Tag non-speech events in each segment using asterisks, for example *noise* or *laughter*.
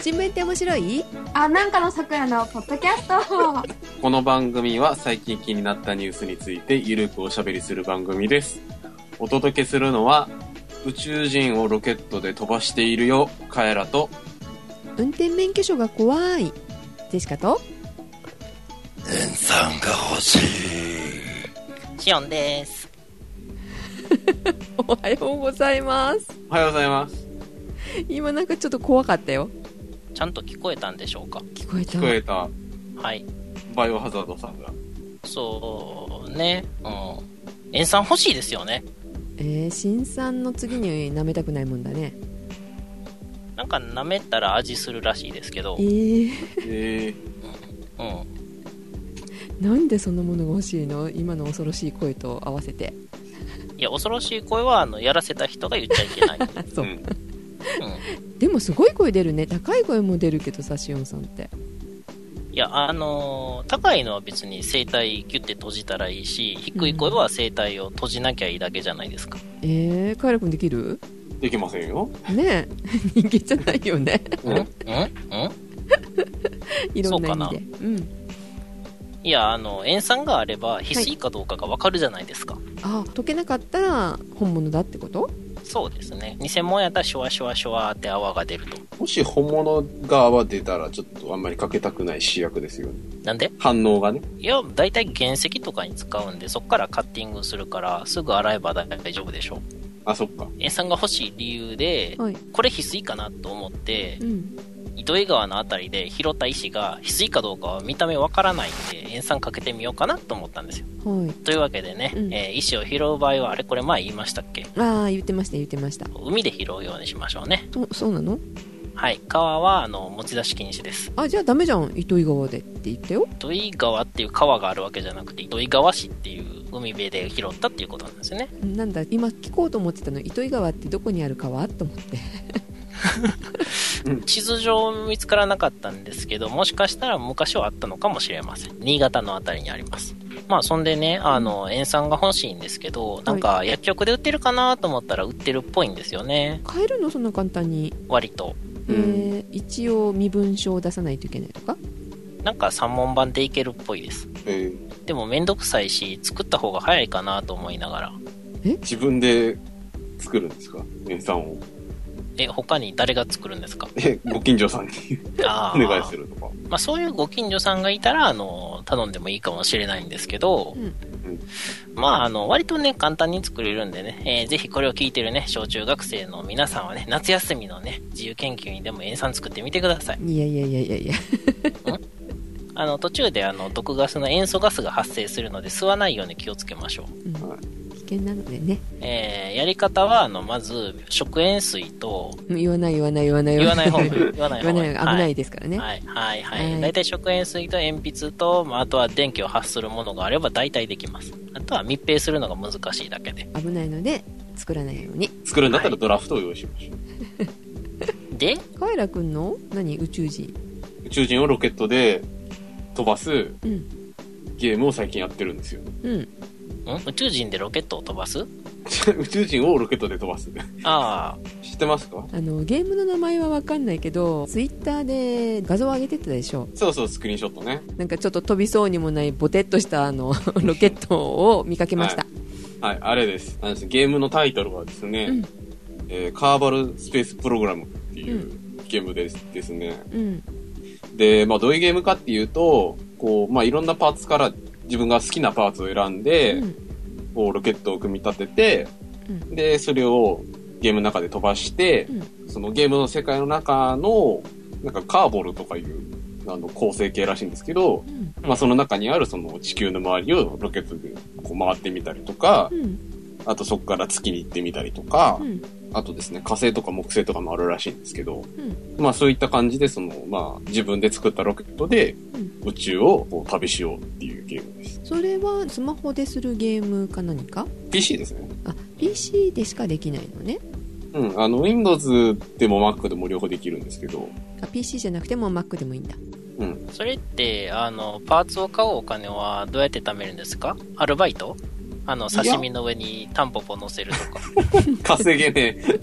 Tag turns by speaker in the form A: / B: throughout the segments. A: 新聞って面白い
B: あ、なんかの桜のポッドキャスト。
C: この番組は最近気になったニュースについてゆるくおしゃべりする番組です。お届けするのは、宇宙人をロケットで飛ばしているよ、カエラと、
A: 運転免許証が怖いジェシカと
D: 塩酸が欲しい
E: シオンです。
A: おはようございます
C: おはようございます。
A: 今なんかちょっと怖かったよ
E: ちゃんと聞こえたんでしょうか
A: 聞こえた
C: 聞こえた、
E: はい。
C: バイオハザードさんが。
E: そうね。うん。塩酸欲しいですよね。
A: えー、新さんの次に舐めたくないもんだね
E: なんか舐めたら味するらしいですけど
A: え。ー、
C: え
E: うん。
A: なんでそんなものが欲しいの今の恐ろしい声と合わせて
E: いや、恐ろしい声は、あの、やらせた人が言っちゃいけ
C: *laughs*
E: ない。
A: あ
C: ー、
A: そうう、
C: ん。
A: でもすごい声出るね高い声も出るけどさしおんさんって
E: いや、あのー高いのは別に声帯ギュッて閉じたらいいし、低い声は声帯を閉じなきゃいいだけじゃないですか。
A: えー、カエラくんできる
C: できませんよ。
A: ねえ *laughs* 人間じゃないよ *laughs* ね
C: うん
E: んうん
A: いろんな意味で
E: そ
A: う
E: う
A: ん
E: いや、あの、塩酸があれば、翡翠かどうかがわかるじゃないですか。
A: あ解けなかったら本物だってこと
E: そうですね。偽物やったら、シュワシュワシュワーって泡が出ると。
C: もし本物が泡出たら、ちょっとあんまりかけたくない試薬ですよね。
E: なんで
C: 反応がね。
E: いや、大体原石とかに使うんで、そこからカッティングするから、すぐ洗えば大丈夫でしょ。
C: あ、そっか。
E: 塩酸が欲しい理由で、
A: はい
E: これ翡翠かなと思って
A: う、ん
E: 糸魚川のあたりで拾った石が翡翠かどうかは見た目わからないんで、塩酸かけてみようかなと思ったんですよ。
A: はい
E: というわけでね、
A: うん
E: えー石を拾う場合は、あれこれ前言いましたっけ
A: ああ言ってました言ってました
E: 海で拾うようにしましょうね。
A: おそうなの
E: はい。川は、あの、持ち出し禁止です。
A: あじゃあダメじゃん糸魚川でって言ったよ
E: 糸魚川っていう川があるわけじゃなくて、糸魚川市っていう海辺で拾ったっていうことなんですよね。
A: なんだ今聞こうと思ってたの糸魚川ってどこにある川と思って
E: 地図上見つからなかったんですけど、もしかしたら昔はあったのかもしれません。新潟のあたりにあります。まあ、そんでね、あの、塩酸が欲しいんですけど、なんか薬局で売ってるかなと思ったら売ってるっぽいんですよね。
A: 買えるのそんな簡単に、
E: 割と。
C: う
A: え
C: ん。
A: ー一応身分証を出さないといけないとか
E: なんか三文版でいけるっぽいです。
C: えー
E: でもめんどくさいし、作った方が早いかなと思いながら。
C: 自分で作るんですか塩酸を。
E: え、他に誰が作るんで
C: *laughs*
E: すか
C: え、ご近所さんに
E: あ
C: お
E: ー
C: 願いするとか。
E: まあ、そういうご近所さんがいたら、あの、頼んでもいいかもしれないんですけど、
A: うん
E: まあ、あの、割とね、簡単に作れるんでね、えーぜひこれを聞いてるね、小中学生の皆さんはね、夏休みのね、自由研究にでも塩酸作ってみてください。
A: いやいやいやいやいや
E: あの、途中で、あの、毒ガスの塩素ガスが発生するので、吸わないように気をつけましょう。
A: うん
C: は
A: 危険なのでね
E: えーやり方は、あの、まず、食塩水と、
A: うん言わない言わない言わない
E: 言わない方がい
A: *laughs*
E: い
A: 言。
E: 言わない
A: わな
E: 方
A: い
E: がいい。
A: 危ないですからね、
E: はいはいは
A: はい
E: い。大体食塩水と鉛筆と、まあ、あとは電気を発するものがあれば大体できます。あとは密閉するのが難しいだけで。
A: 危ないので作らないように
C: 作るんだったらドラフトを用意しましょう。
E: で、
A: カエラくんの何宇宙人
C: 宇宙人をロケットで飛ばす
A: うん
C: ゲームを最近やってるんです *laughs* よ。
A: うん
E: ん宇宙人でロケットを飛ばす
C: 宇宙人をロケットで飛ばす。
E: あ
C: 知ってますか
A: あのゲームの名前は分かんないけどツイッターで画像を上げてたでしょ
C: そうそう、スクリーンショットね。
A: なんかちょっと飛びそうにもないボテッとしたあの *laughs* ロケットを見かけました、
C: はい、あれです。あのゲームのタイトルはですね、
A: うん
C: えーカーバルスペースプログラムっていうゲームです,、ですね。
A: うん
C: で、まあ、どういうゲームかっていうと、こう、まあ、いろんなパーツから自分が好きなパーツを選んで、
A: うん
C: こう、ロケットを組み立てて、
A: うん
C: で、それをゲームの中で飛ばして、そのゲームの世界の中の、なんかカーボルとかいう、あの、構成形らしいんですけど、
A: うん
C: まあ、その中にあるその地球の周りをロケットでこう回ってみたりとか
A: う、ん
C: あとそこから月に行ってみたりとか、
A: うん
C: あとですね、火星とか木星とかもあるらしいんですけど、
A: ん
C: まあそういった感じで、その、まあ自分で作ったロケットで
A: うん
C: 宇宙をこう旅しようっていうゲームです。
A: それはスマホでするゲームか何か
C: PC ですね。
A: あ PC でしかできないのね
C: うん、あの Windows でも Mac でも両方できるんですけ *laughs* ど、
A: あ PC じゃなくても Mac でもいいんだ
C: うん。
E: あ、それって、あの、パーツを買うお金はどうやって貯めるんですかアルバイトあの、刺身の上にタンポポ乗せるとか。
C: 稼げねえ。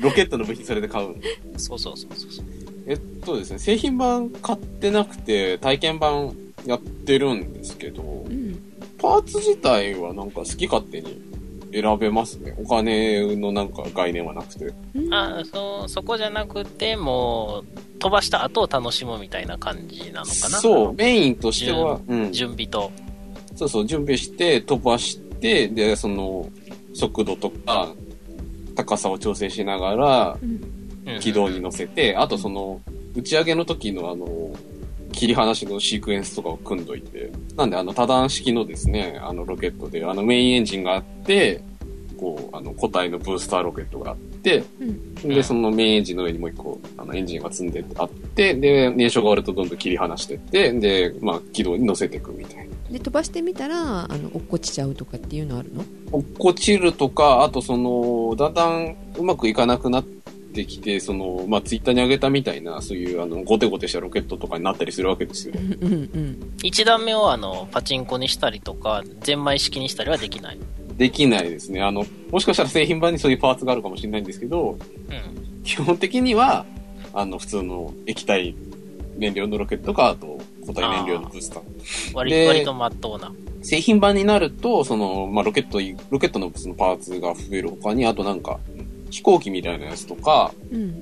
C: ロケットの部品それで買うの。
E: そうそうそうそうそう。
C: えっとですね、製品版買ってなくて、体験版やってるんですけど
A: う、ん
C: パーツ自体はなんか好き勝手に選べますね。お金のなんか概念はなくて。
A: うん
E: あそうそこじゃなくてもう飛ばした後を楽しむみたいな感じなのかな
C: そう、メインとしては、うん。
E: 準備と
C: そうそう、準備して、飛ばして、で、その、速度とか、高さを調整しながら、
E: うん
C: 軌道に乗せて、あとその、打ち上げの時のあの、切り離しのシークエンスとかを組んどいて、なんであの多段式のですね、あのロケットで、あのメインエンジンがあって、こう、あの個体のブースターロケットがあって、
A: うん
C: で、そのメインエンジンの上にもう一個、あのエンジンが積んであって、で、燃焼が終わるとどんどん切り離してって、で、まあ軌道に乗せていくみたいな。
A: で飛ばしてみたらあの落っこちちゃうとかっていうのあるの
C: 落っこちるとか、あとその、だんだんうまくいかなくなってきて、その、まあ、ツイッターに上げたみたいな、そういう、あの、ゴテゴテしたロケットとかになったりするわけですよ
A: う。んうんうん
E: 1段目をあのパチンコにしたりとかゼンマイ式にしたりはできない、
C: できないですね。あの、もしかしたら製品版にそういうパーツがあるかもしれないんですけど、
E: うん、
C: 基本的には、あの、普通の液体燃料のロケットか、あと、固体燃料のブースター。
E: 割
C: で
E: 割とまっとうな
C: 製品版になると、その、まあ、ロケットい、ロケットのそのパーツが増える他に、あとなんか、飛行機みたいなやつとか、
A: うん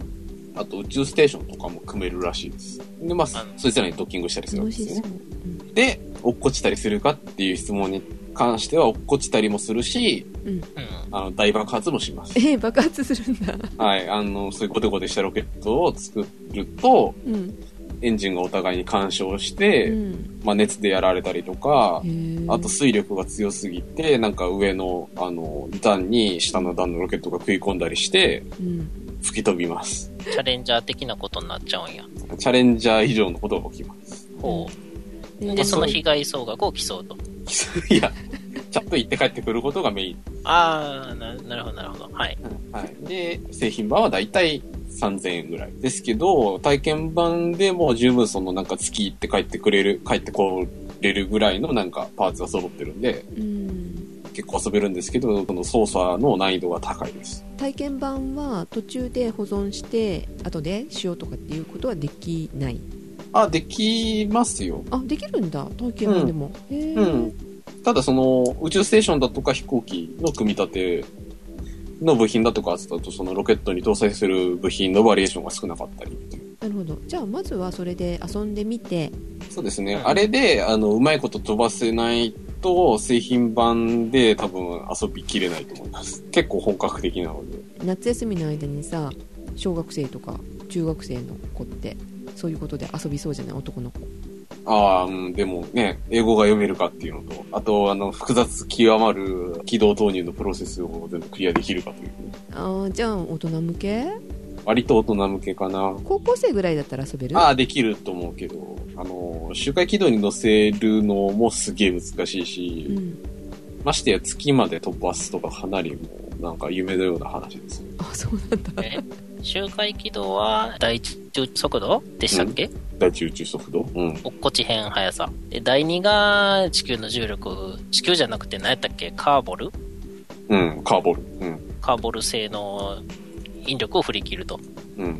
C: あと宇宙ステーションとかも組めるらしいです。で、まあ、
E: あの
C: そいつらにドッキングしたりするわ
A: 楽
C: けで
A: し
C: す
A: そ
C: よ
A: う
C: ね。で、落っこちたりするかっていう質問に関しては、落っこちたりもするし、
E: うん
C: あの、大爆発もします。
A: えー爆発するんだ
C: はい、あの、そういうゴテゴテしたロケットを作ると、
A: うん
C: エンジンがお互いに干渉し
A: う
C: て、
A: ん
C: まあ、熱でやられたりとか
A: へ、ー
C: あと水力が強すぎて、なんか上の、あの、段に下の段のロケットが食い込んだりして、
A: うん
C: 吹き飛びます。
E: チャレンジャー的なことになっちゃうんや
C: チャレンジャー以上のことが起きます。
E: ほう
A: え
E: でその被害総額を競うと
C: *laughs* いや、ちゃんと行って帰ってくることがメイン。
E: ああななるほどなるほどはい
C: はい。で、製品版はだいたい3000円ぐらいですけど、体験版でもう十分そのなんか月行って帰ってくれる、帰ってこれるぐらいのなんかパーツが揃ってるんで、
A: うん
C: 結構遊べるんですけど、この操作の難易度が高いです。
A: 体験版は途中で保存して後でしようとかっていうことはできない
C: あ、できますよ。
A: あできるんだ体験版でも、へえ、
C: うん。ただその宇宙ステーションだとか飛行機の組み立ての部品だとか、あとそのロケットに搭載する部品のバリエーションが少なかったりっていう
A: なるほどじゃあまずはそれで遊んでみて
C: そうですね。
E: うん
C: あれで、あの、うまいこと飛ばせないと、製品版で多分遊びきれないと思います。結構本格的なので。
A: 夏休みの間にさ小学生とか中学生の子ってそういうことで遊びそうじゃない男の子
C: ああ、うんでもね、英語が読めるかっていうのと、あと、あの、複雑極まる起動投入のプロセスを全部クリアできるかという、
A: ああじゃあ大人向け
C: 割と大人向けかな。
A: 高校生ぐらいだったら遊べる
C: ああ、できると思うけど、あの、周回軌道に乗せるのもすげえ難しいし、
A: うん、
C: ましてや月まで飛ばすとかかなりもう、なんか夢のような話ですね。
A: あそうなんだ
E: *laughs* え周回軌道は第一中速度でしたっけ、
C: 第一宇宙速度うん。
E: 落っこち変速さで第2が地球の重力地球じゃなくて何やったっけカーボル
C: うん、カーボル。うん。
E: カーボル製の引力を振り切ると
C: うん。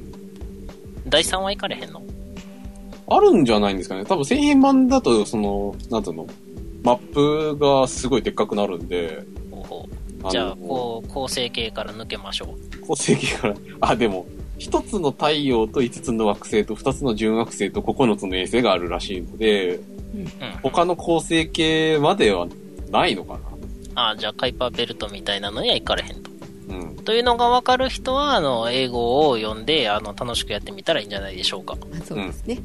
E: 第3はいかれへんの
C: あるんじゃないんですかね。多分製品版だと、その、なんつうの、マップがすごいでっかくなるんで、
E: ほうほう
C: の
E: じゃあこう構成形から抜けましょ
C: 構成形から、あ、でも、一つの太陽と五つの惑星と二つの純惑星と九つの衛星があるらしいので、
E: う、うん、
C: 他の構成形まではないのか
E: あじゃあカイパーベルトみたいなのにはいかれへんと
C: な。うん。
E: というのが分かる人はあの英語を読んであの楽しくやってみたらいいんじゃないでしょうか
A: あそうですね、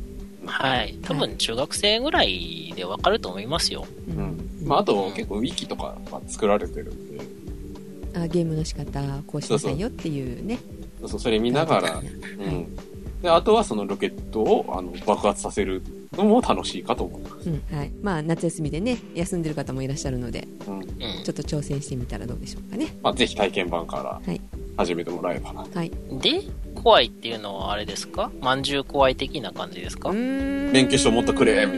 E: はい多分中学生ぐらいで分かると思いますよ
A: うん
C: うん。まあ、あと、結構ウィキとかが作られてるんで、
A: あゲームの仕方こうしなさいよっていうね
C: そうそう、それ見ながら、うん。で、あとはそのロケットを、あの、爆発させるのも楽しいかと思います。
A: うんはいまあ、夏休みでね休んでる方もいらっしゃるので
C: うん。
E: うん
A: ちょっと挑戦してみたらどうでしょうかね
C: まあ、ぜひ体験版から
A: はい
C: 始めてもらえばな。
A: はい
E: で、怖いっていうのはあれですかまんじゅう怖い的な感じですか
A: 免
C: 免許証持ってくれみたい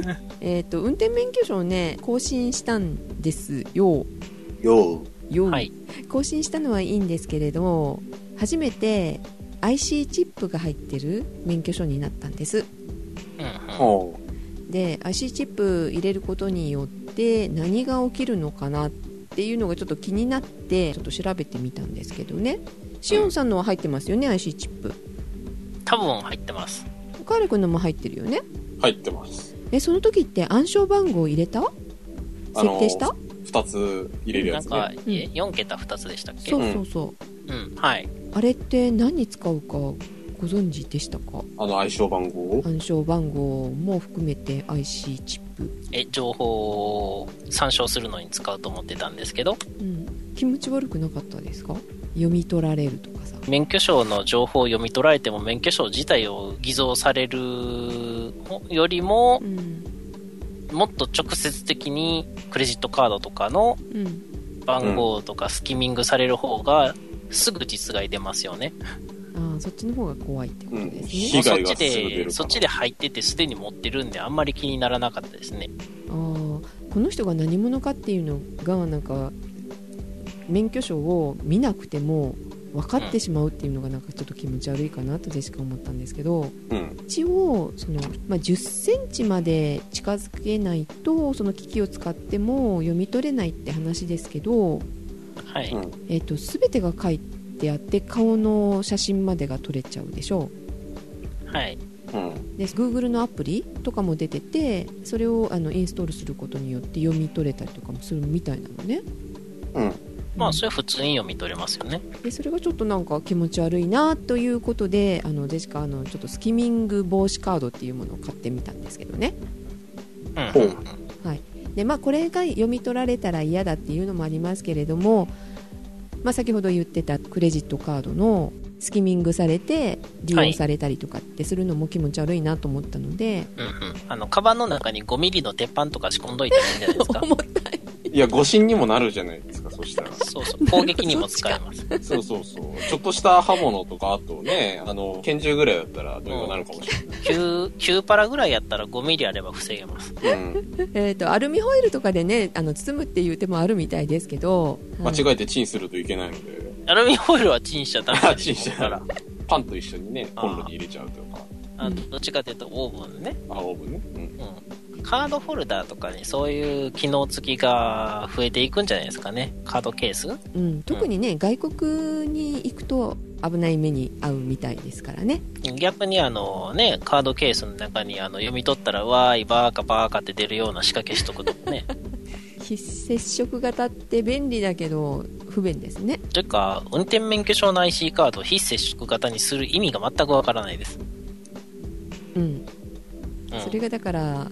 C: な
A: なえっと運転免許証をね更新したんですよ
C: よう。
A: よ、
E: はい。
A: 更新したのはいいんですけれど初めて IC チップが入ってる免許証になったんです
E: うんうん
C: ほう
A: で IC チップ入れることによって何が起きるのかなっていうのがちょっと気になってちょっと調べてみたんですけどねしおんさんのは入ってますよね IC チップ
E: 多分入ってます
A: カーレ君のも入ってるよね
C: 入ってます。
A: えその時って暗証番号入れた
C: あ
A: 設
C: の
A: 定した
C: 二つ入れる
E: な
C: や
E: ん
C: つ
E: か、
C: ね。
E: え4桁2つでしたっけ
A: そううそうそう、
E: んはい
A: あれって何に使うかご存知でしたか
C: あの、相性番号を。
A: 暗証番号も含めて IC チップ、
E: え情報を参照するのに使うと思ってたんですけど
A: うん、気持ち悪くなかったですか読み取られるとかさ
E: 免許証の情報を読み取られても免許証自体を偽造されるよりも
A: うん
E: もっと直接的にクレジットカードとかの
A: うん
E: 番号とかスキミングされる方がすぐ実害出ますよね、
A: ああそっちの方が怖いってことですね、
C: 被
E: そっ
C: 害が
E: ち
C: すぐ出るか
E: で
C: ら
E: そっちで入っててすでに持ってるんであんまり気にならなかったですね
A: ああこの人が何者かっていうのがなんか免許証を見なくても分かってしまうっていうのがなんかちょっと気持ち悪いかなとでしか思ったんですけど
C: うん。
A: 一応その、まあ、1 0センチまで近づけないとその機器を使っても読み取れないって話ですけど、
E: はい、
C: うん
A: えっと全てが書いてあって顔の写真までが撮れちゃうでしょ
E: はい
C: うん。
A: で Google のアプリとかも出ててそれをあのインストールすることによって読み取れたりとかもするみたいなのね、
C: うん
A: う
E: まあ
A: ん
E: それは普通に読み取れますよね
A: でそれがちょっとなんか気持ち悪いなということであのジェシカあのちょっとスキミング防止カードっていうものを買ってみたんですけどね
E: うん
C: ほう
A: でまあこれが読み取られたら嫌だっていうのもありますけれども、まあ、先ほど言ってたクレジットカードのスキミングされて利用されたりとかってするのも気持ち悪いなと思ったので、
E: うんうんあのカバンの中に5ミリの鉄板とか仕込んどいてもいいんじゃな
C: *laughs*
E: いですか
A: 思った
C: いや、誤信にもなるじゃないですか、そしたら。
E: そうそう攻撃にも使えます
C: そうそうそう。ちょっとした刃物とか、あとね、あの、拳銃ぐらいだったらどうにかなるかもし
E: 9, 9パラぐらいやったら5ミリあれば防げます
C: れない。うん。
A: えー、とアルミホイルとかでねあの包むっていう手もあるみたいですけど、
C: 間
A: はい
C: 違えてチンするといけないので、
E: アルミホイルはチンしち
A: *laughs*
E: ゃダメ
C: あ
E: で
C: チンし
E: す
C: たら、パンと一緒にね、コンロに入れちゃうとか、
E: あのどっちかというとオーブンね、
C: あ、オーブンね。うん。
E: うん、カードホルダーとかにそういう機能付きが増えていくんじゃないですかねカードケース
A: うん、特にね外国に行くと危ない目に遭うみたいですからね
E: 逆にあのねカードケースの中にあの読み取ったらわーいバーカバーカって出るような仕掛けしとくと
A: *laughs*
E: かね
A: 非接触型って便利だけど不便ですね
E: というか運転免許証の IC カードを非接触型にする意味が全くわからないです、
A: うん
E: うん、
A: それがだから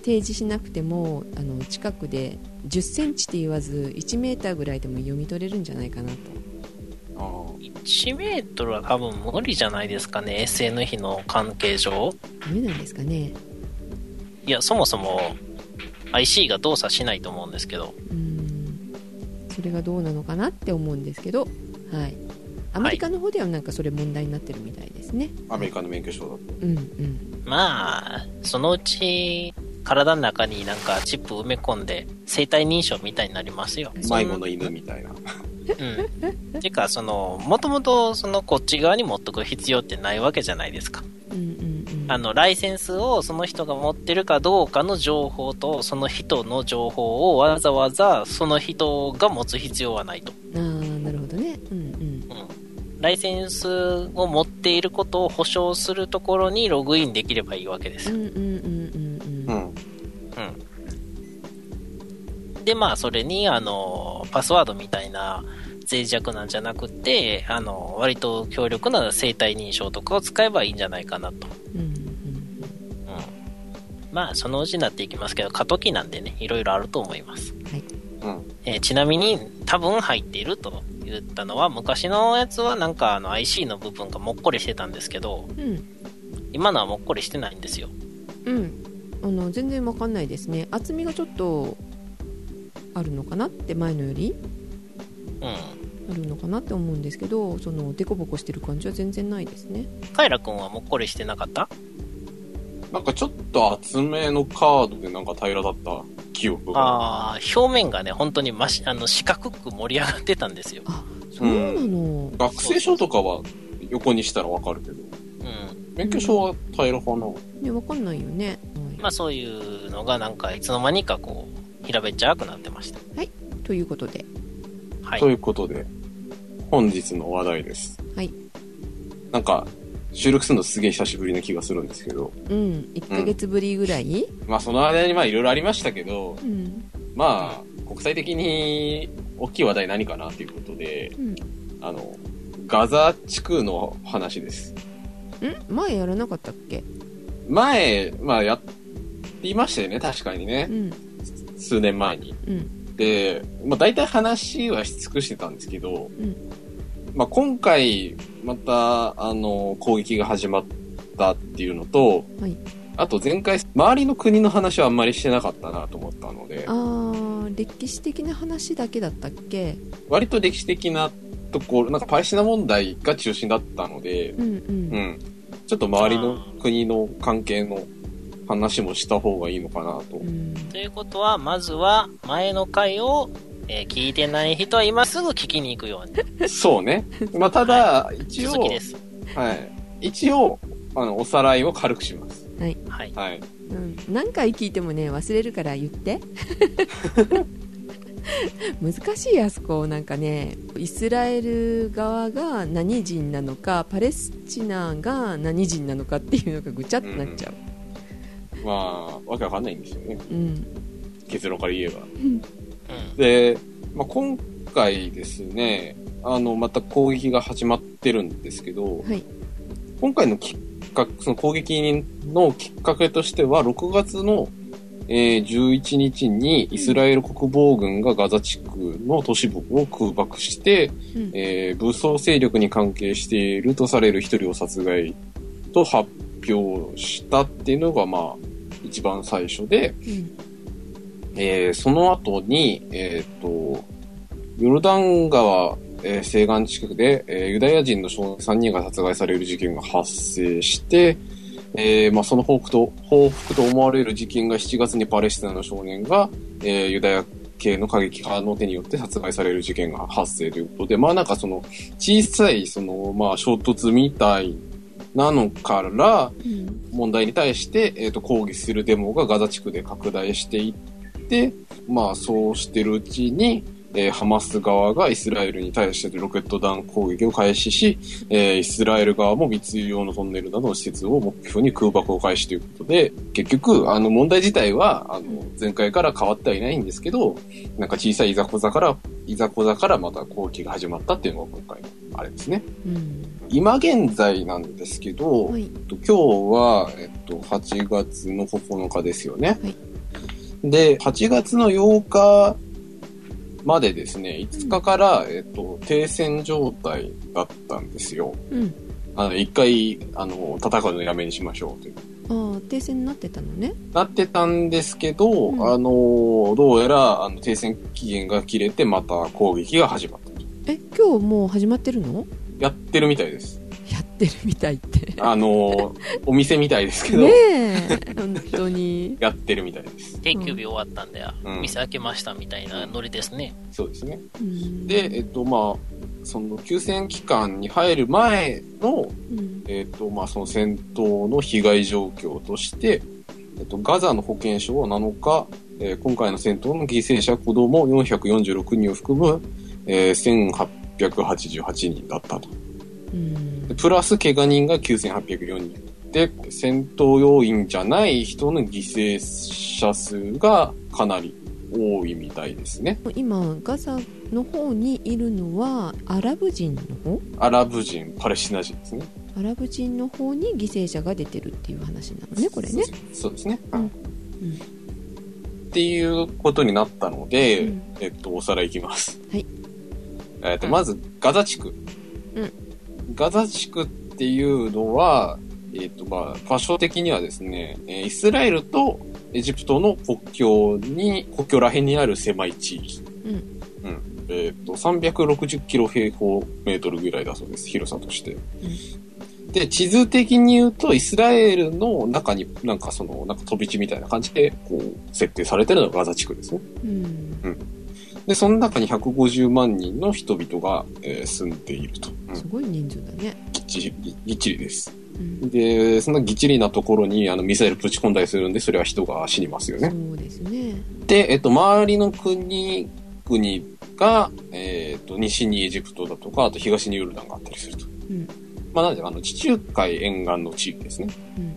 A: 提示しなくてもあの近くで1 0センチって言わず1メーターぐらいでも読み取れるんじゃないかなと
C: ああ。
E: 1メートルは多分無理じゃないですかね SN 比の関係上
A: ダメなんですかね
E: いやそもそも IC が動作しないと思うんですけど
A: うーんそれがどうなのかなって思うんですけどはいアメリカの方ではなんかそれ問題になってるみたいですね、
C: アメリカの免許証だと。
A: うんうん
E: まあそのうち体の中になんかチップ埋め込んで生体認証みたいになりますよ
A: そんな
C: 迷子の犬みたいな。
E: うん。てか、その、もともと、その、こっち側に持っとく必要ってないわけじゃないですか。
A: うんうんうん
E: あの、ライセンスをその人が持ってるかどうかの情報と、その人の情報をわざわざ、その人が持つ必要はないと。
A: あーなるほどねうん
E: うん。ライセンスを持っていることを保証するところにログインできればいいわけです
A: うんう
E: よ。
A: んうんうんうん
C: う
A: うん
C: ん。
E: で、まあ、それに、あの、パスワードみたいな、脆弱なんじゃなくて、あの、割と強力な生体認証とかを使えばいいんじゃないかなと。
A: うんうん
E: うんまあそのうちになっていきますけど過渡期なんでねいろいろあると思います、
A: はい
C: うん
E: えーちなみに多分入っていると言ったのは昔のやつはなんかあの IC の部分がもっこりしてたんですけど
A: うん
E: 今のはもっこりしてないんですよ
A: うんあの全然わかんないですね厚みがちょっとあるのかなって前のより
E: うん
A: あるのかなって思うんですけどそのデコボコしてる感じは全然ないですね
E: カイラ君はもっこりしてなかった
C: なんかちょっと厚めのカードでなんか平らだった記憶が。
E: ああ表面がね本当にましあの四角く盛り上がってたんですよ
A: そうなの、
C: 学生証とかは横にしたらわかるけど。
E: うん。
C: 免許証は平らかな。
A: ね、わかんないよね。はい
E: まあそういうのがなんかいつの間にかこう、平べっちゃくなってました。
A: ということで、
E: はい
C: と。いうことで、本日の話題です。
A: はい。
C: なんか、収録するのすげえ久しぶりな気がするんですけど、
A: うん、1ヶ月ぶりぐらい、
C: まあその間にまあいろいろありましたけど、
A: うん
C: まあ、国際的に大きい話題何かなということで、
A: うん
C: あの、ガザ地区の話です。
A: ん前やらなかったっけ、
C: 前、まあやっていましたよね、確かにね
A: う。ん
C: 数年前に。
A: うん
C: で、まあ大体話はし尽くしてたんですけど、
A: ん
C: まあ今回また、あの、攻撃が始まったっていうのと、
A: はい
C: あと前回、周りの国の話はあんまりしてなかったなと思ったので
A: あ、ー歴史的な話だけだったっけ
C: 割と歴史的なところ、なんかパレスチナ問題が中心だったので、
A: うんうん、
C: うん。ちょっと周りの国の関係の話もした方がいいのかな
E: *laughs*
C: と。
A: うん
E: ということは、まずは前の回を、えー聞いてない人は今すぐ聞きに行くように。
C: そうね。まあ、ただ、一
E: 続
C: 応
E: き、です。
C: はい。一応、あの、おさらいを軽くします。
E: はい。
C: はい。
A: うん、何回聞いてもね忘れるから言って *laughs* 難しいあそこなんかねイスラエル側が何人なのかパレスチナが何人なのかっていうのがぐちゃっとなっちゃう、
C: まあ、わけわかんないんですよね。
A: うん
C: 結論から言えば。
E: うん。
C: で、まあ、今回ですね、あの、また攻撃が始まってるんですけど、
A: はい
C: 今回のきっかけ、その攻撃のきっかけとしては、6月の、えー11日にイスラエル国防軍がガザ地区の都市部を空爆して、
A: うん
C: えー武装勢力に関係しているとされる一人を殺害と発表したっていうのが、まあ、一番最初で、
A: うん
C: えーその後に、えーっと、ヨルダン川、えー西岸地区で、えーユダヤ人の少年3人が殺害される事件が発生して、えーまあ、その報復と、報復と思われる事件が7月にパレスチナの少年が、えーユダヤ系の過激派の手によって殺害される事件が発生ということで、まあなんかその小さいそのまあ衝突みたいなのから、
A: うん
C: 問題に対して、えー、と抗議するデモがガザ地区で拡大していって、まあそうしてるうちに、えーハマス側がイスラエルに対してロケット弾攻撃を開始し、えーイスラエル側も密輸用のトンネルなどの施設を目標に空爆を開始ということで、結局、あの問題自体は、あの、前回から変わってはいないんですけど、なんか小さいいざこざから、いざこざからまた攻撃が始まったっていうのが今回のあれですね。
A: うん
C: 今現在なんですけど、
A: はい
C: えっと今日は、えっと、8月の9日ですよね。
A: はい
C: で、8月の8日までですね、5日から、えっと、停戦状態だったんですよ。
A: うん
C: あの、一回、あの、戦うのやめにしましょうという
A: ああ停戦になってたのね
C: なってたんですけど、
A: うん
C: あの、どうやら、あの、停戦期限が切れて、また攻撃が始まったと。
A: え今日もう始まってるの
C: やってるみたいです。
A: やってるみたいって
C: あの、お店みたいですけど、
A: ねえ本当に
C: やってるみたいです。
E: 定休日終わったんで、あ
C: うん
E: 店開けましたみたいなノリですね。
C: そうですね。
A: うん
C: *laughs* で、えっと、まあ、その休戦期間に入る前の、
A: うん
C: えっと、まあ、その戦闘の被害状況として、えっと、ガザの保健省は7日、えー今回の戦闘の犠牲者子供446人を含む、えー1888人だったと。
A: うん
C: でプラス怪我人が9804人。で、戦闘要員じゃない人の犠牲者数がかなり多いみたいですね。
A: 今ガザの方にいるのはアラブ人の方
C: アラブ人、パレスチナ人ですね。
A: アラブ人の方に犠牲者が出てるっていう話なのねこれね
C: そ。そうですね。
A: うん
C: はい
A: うん
C: っていうことになったので、
A: うん
C: えっと、おさらいいきます。
A: はい。
C: えっと、
A: うん
C: まず、ガザ地区。
A: うん
C: ガザ地区っていうのは、えっと、まあ、場所的にはですね、えーイスラエルとエジプトの国境に、国境ら辺にある狭い地域。
A: う
C: うん。えっと、360キロ平方メートルぐらいだそうです。広さとして。で、地図的に言うと、イスラエルの中に、なんかその、なんか飛び地みたいな感じで、こう、設定されてるのがガザ地区ですね。
A: うん
C: で、その中に150万人の人々が、えー住んでいると。うん
A: すごい人数だね、
C: ぎっちり、ぎぎっちりです。
A: うん
C: で、そのぎっちりなところにあのミサイルぶち込んだりするんで、それは人が死にますよね。
A: そうですね
C: で、えっと、周りの国国が、えっと、西にエジプトだとか、あと東にヨルダンがあったりすると。
A: うん
C: まあ、なので、あの、地中海沿岸の地域ですね。
A: うん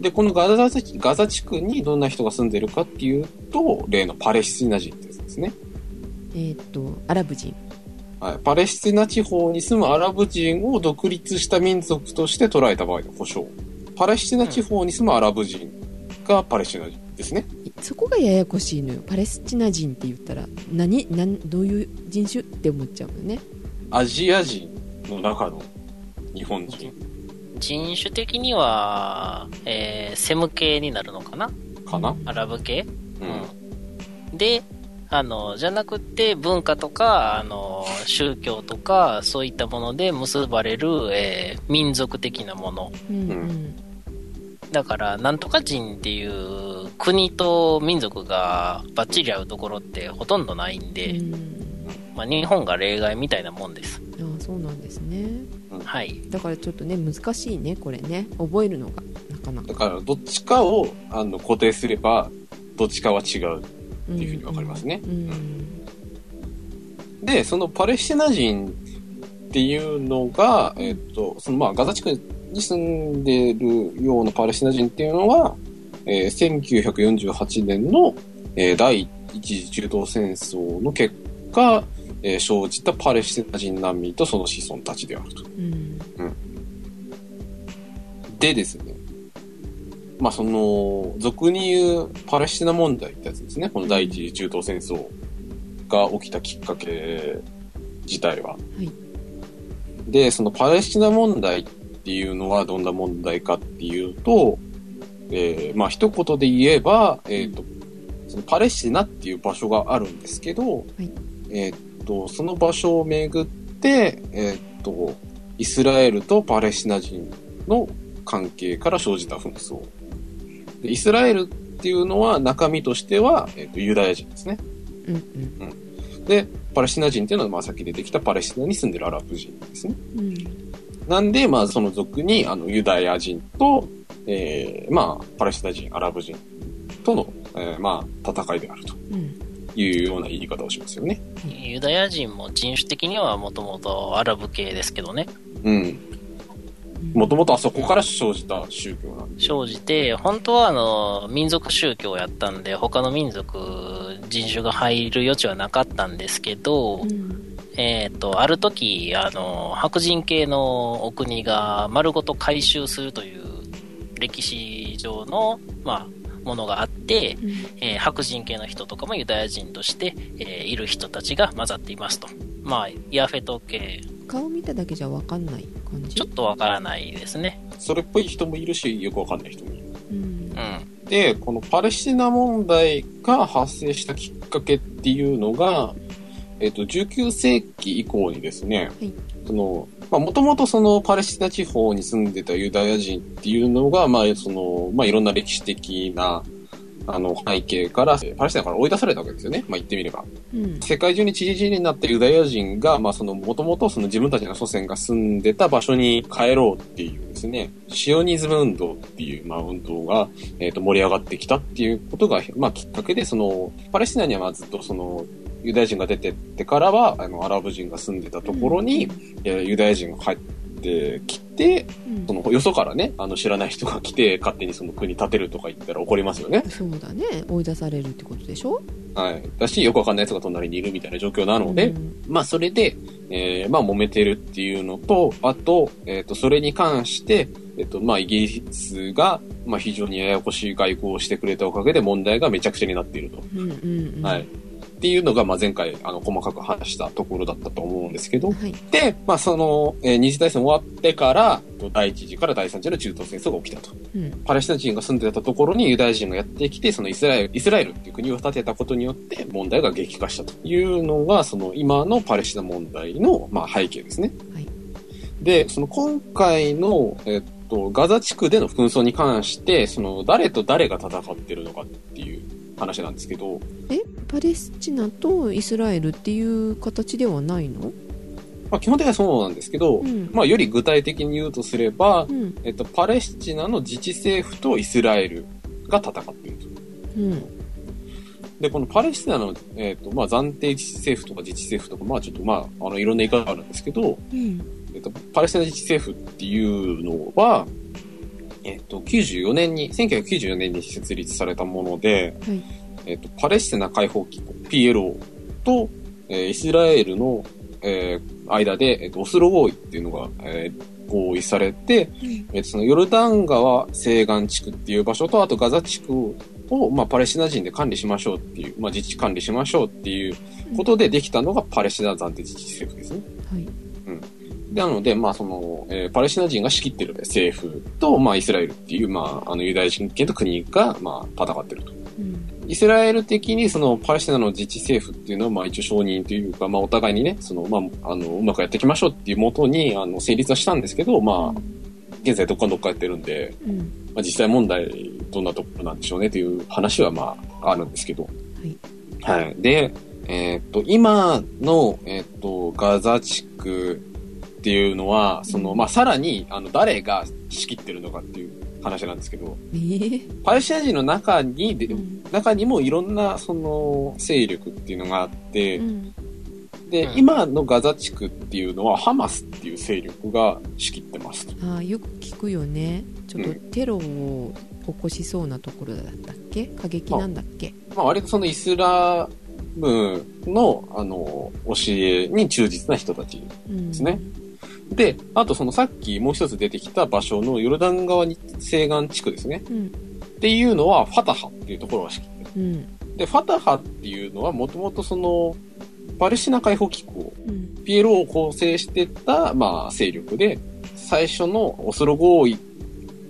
C: で、このガザ地ガザ地区にどんな人が住んでるかっていうと、例のパレスチナ人ってやつですね。
A: えーっとアラブ人
C: はい。パレスチナ地方に住むアラブ人を独立した民族として捉えた場合の保障。パレスチナ地方に住むアラブ人がパレスチナ人ですね。
A: そこがややこしいのよパレスチナ人って言ったら何何どういう人種って思っちゃうよね
C: アジア人の中の日本人
E: 人種的には、えーセム系になるのかな
C: かな。
E: アラブ系
C: うん。
E: で、あの、じゃなくて文化とか、あの、宗教とか、そういったもので結ばれる、えー民族的なもの。
A: うんうん、
E: だから、なんとか人っていう国と民族がバッチリ合うところってほとんどないんで、
A: うん
E: まあ、日本が例外みたいなもんです。
A: ああそうなんですね
E: はい。
A: だからちょっとね難しいねこれね覚えるのがなかなか
C: だから、どっちかをあの固定すれば、どっちかは違う。っていうふうにわかりますね
A: うん
C: で、そのパレスチナ人っていうのが、えっと、そのまあ、ガザ地区に住んでるようなパレスチナ人っていうのは、えー1948年の、えー第一次中東戦争の結果、えー生じたパレスチナ人難民とその子孫たちであると。
A: うん
C: でですね、まあその、俗に言うパレスチナ問題ってやつですね。この第一次中東戦争が起きたきっかけ自体は。
A: い
C: で、そのパレスチナ問題っていうのはどんな問題かっていうと、えーまあ一言で言えば、えっ、と、そのパレスチナっていう場所があるんですけど、
A: い
C: えっ、と、その場所をめぐって、えっ、と、イスラエルとパレスチナ人の関係から生じた紛争。でイスラエルっていうのは中身としては、えっとユダヤ人ですね。
A: うんうん
C: で、パレスチナ人っていうのは、まあ、さっき出てきたパレスチナに住んでるアラブ人ですね。
A: うん
C: なんで、まあ、その族に、あの、ユダヤ人と、えーまあ、パレスチナ人、アラブ人との、えーまあ、戦いであると
A: うん
C: いうような言い方をしますよね。
E: ユダヤ人も人種的にはもともとアラブ系ですけどね。
C: うん。もともとあそこから生じた宗教なんで。
E: 生じて、本当はあの、民族宗教やったんで、他の民族、人種が入る余地はなかったんですけど、
A: うん
E: えっ、と、ある時、あの、白人系のお国が丸ごと回収するという歴史上の、まあ、ものがあって、えー白人系の人とかもユダヤ人として、えーいる人たちが混ざっていますと。まあ、ヤフェト系、
A: 顔見ただけじゃわかんない感じ
E: ちょっとわからないですね。
C: それっぽい人もいるし、よくわかんない人もいる。
A: うん
E: うん。
C: で、このパレスチナ問題が発生したきっかけっていうのが、えっと、19世紀以降にですね、
A: い
C: その、まあ、もともとそのパレスチナ地方に住んでたユダヤ人っていうのが、まあ、その、まあ、いろんな歴史的な、あの、背景から、パレスチナから追い出されたわけですよね。まあ、言ってみれば。
A: うん
C: 世界中に散り散りになったユダヤ人が、まあ、その、もともとその自分たちの祖先が住んでた場所に帰ろうっていうですね、シオニズム運動っていう、まあ、運動が、えっ、と、盛り上がってきたっていうことが、まあ、きっかけで、その、パレスチナにはまあずっとその、ユダヤ人が出てってからは、あの、アラブ人が住んでたところに、えーユダヤ人が帰ってきて、
A: うん
C: その、よそからね、あの、知らない人が来て、勝手にその国建てるとか言ったら怒りますよね。
A: そうだね追い出されるってことでしょ
C: はい。だし、よくわかんない奴が隣にいるみたいな状況なので、
A: うん
C: まあ、それで、えーまあ、揉めてるっていうのと、あと、えっ、と、それに関して、えっ、と、まあ、イギリスが、まあ、非常にややこしい外交をしてくれたおかげで問題がめちゃくちゃになっていると。
A: うんうんうん
C: はい。っていうのが、まあ、前回、あの、細かく話したところだったと思うんですけど、
A: はい
C: で、まあ、その、えー二次大戦終わってから、えっと第一次から第三次の中東戦争が起きたと。
A: うん
C: パレスチナ人が住んでたところにユダヤ人がやってきて、そのイスラエル、イスラエルっていう国を建てたことによって問題が激化したというのが、その今のパレスチナ問題の、まあ、背景ですね。
A: はい
C: で、その今回の、えっと、ガザ地区での紛争に関して、その誰と誰が戦ってるのかっていう話なんですけど、
A: えパレスチナとイスラエルっていう形ではないの
C: まあ、基本的にはそうなんですけど、
A: うん
C: まあ、より具体的に言うとすれば、
A: うん
C: えっと、パレスチナの自治政府とイスラエルが戦っていると。
A: うん
C: で、このパレスチナの、えっとまあ、暫定自治政府とか自治政府とか、まあ、ちょっと、まあ、あのいろんな言い方があるんですけど、
A: うん
C: えっと、パレスチナ自治政府っていうのは、えっと、94年に、1994年に設立されたもので、
A: はい
C: えっと、パレスチナ解放機構 PLO と、えーイスラエルの、えー間で、えっと、オスロ合意っていうのが、えー合意されて、えっと、そのヨルダン川西岸地区っていう場所と、あとガザ地区を、まあ、パレスチナ人で管理しましょうっていう、まあ、自治管理しましょうっていうことでできたのがパレスチナ暫定自治政府ですね。
A: はい
C: なので、まあその、えーパレスチナ人が仕切ってる政府と、まあイスラエルっていう、まああのユダヤ人系の国が、まあ戦ってると。
A: うん
C: イスラエル的にそのパレスチナの自治政府っていうのは、まあ一応承認というか、まあお互いにね、その、まあ、あの、うまくやっていきましょうっていうもとに、あの、成立はしたんですけど、まあ、現在どっかどっかやってるんで、
A: うん
C: まあ、実際問題どんなところなんでしょうねという話はまああるんですけど。はい。で、えーっと、今の、えーっと、ガザ地区っていうのは、その、まあ、さらに、あの、誰が仕切ってるのかっていう話なんですけど、
A: えー
C: パレスチナ人の中に、で
A: うん
C: 中にもいろんな、その、勢力っていうのがあって
A: う、ん
C: で
E: う、ん
C: 今のガザ地区っていうのは、ハマスっていう勢力が仕切ってますと。
A: ああよく聞くよねちょっ
C: う
A: とテロを起こしそうなところだったっけ過激なんだっけ
C: まあ、割とそのイスラムの、あの、教えに忠実な人たち。
A: うん
C: すねで、あとそのさっきもう一つ出てきた場所のヨルダン側に西岸地区ですね。
A: うん
C: っていうのは、ファタハっていうところが仕切って
A: うん
C: る。で、ファタハっていうのはもともとその、パレスチナ解放機構、
A: うん
C: ピエロを構成してた、まあ、勢力で、最初のオスロ合意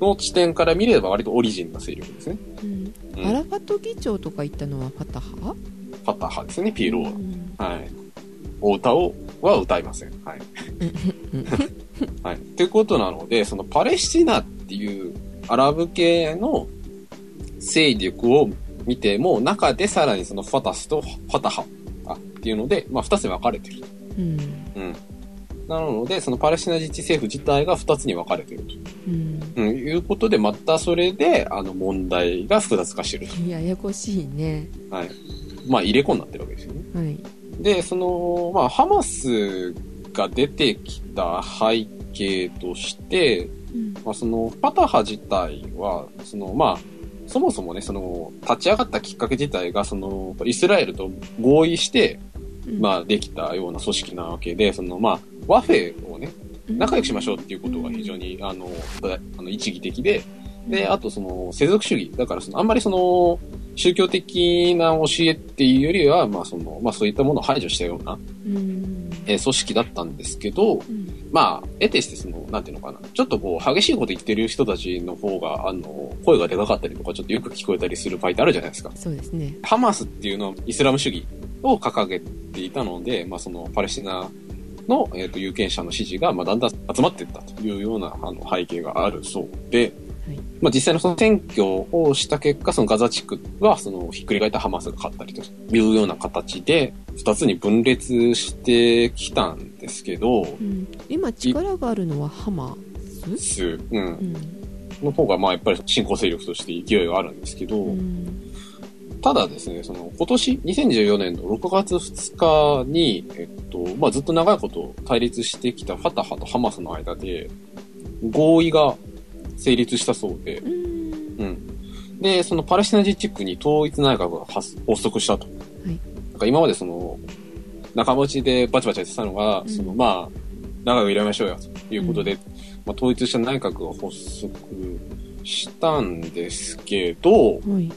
C: の地点から見れば割とオリジンな勢力ですね。
A: うん
C: うん
A: アラファト議長とか言ったのはファタハ
C: ファタハですね、ピエロは
A: う。ん
C: はい。お歌を、は歌いません。はい。はい。ということなので、そのパレスチナっていうアラブ系の勢力を見ても、中でさらにそのファタスとファタハあっていうので、まあ二つに分かれてる。
A: うん
C: うん。なので、そのパレスチナ自治政府自体が二つに分かれてると。
A: うん
C: うん、いうことで、またそれで、あの問題が複雑化してる
A: ややこしいね
C: と。はい。まあ入れ子になってるわけですよね。
A: はい
C: で、その、まあ、ハマスが出てきた背景として、
A: うん
C: まあ、その、パタハ自体は、その、まあ、そもそもね、その、立ち上がったきっかけ自体が、その、イスラエルと合意して、まあ、できたような組織なわけで、その、まあ、和平をね、仲良くしましょうっていうことが非常に、あの、だあの一義的で、で、あとその、世俗主義。だからその、あんまりその、宗教的な教えっていうよりは、まあその、まあそういったものを排除したような、
A: うん
C: えー組織だったんですけど、
A: うん
C: まあ、得てしてその、なんていうのかな、ちょっとこう、激しいこと言ってる人たちの方が、あの、声がでかかったりとか、ちょっとよく聞こえたりする場合ってあるじゃないですか。
A: そうですね
C: ハマスっていうのはイスラム主義を掲げていたので、まあその、パレスチナの、えーと有権者の支持が、まあだんだん集まっていったというような、あの、背景があるそうで、
A: はい
C: まあ実際のその選挙をした結果、そのガザ地区は、その、ひっくり返ったハマスが勝ったりというような形で、二つに分裂してきたんですけど、
A: うん今力があるのはハマス
C: スうん
A: う、ん
C: の方が、まあやっぱり新興勢力として勢いがあるんですけど、
A: うん
C: ただですね、その今年、2014年の6月2日に、えっと、まあずっと長いこと対立してきたファタハとハマスの間で、合意が成立したそうで、
A: うん
C: うん。で、そのパレスチナ自治区に統一内閣が発発足した
A: い
C: と。なんか今までその、仲間内でバチバチやってたのが、
A: うん
C: そのまあ、仲良く入れましょうよということで、まあ統一した内閣が発足したんですけど、
A: はい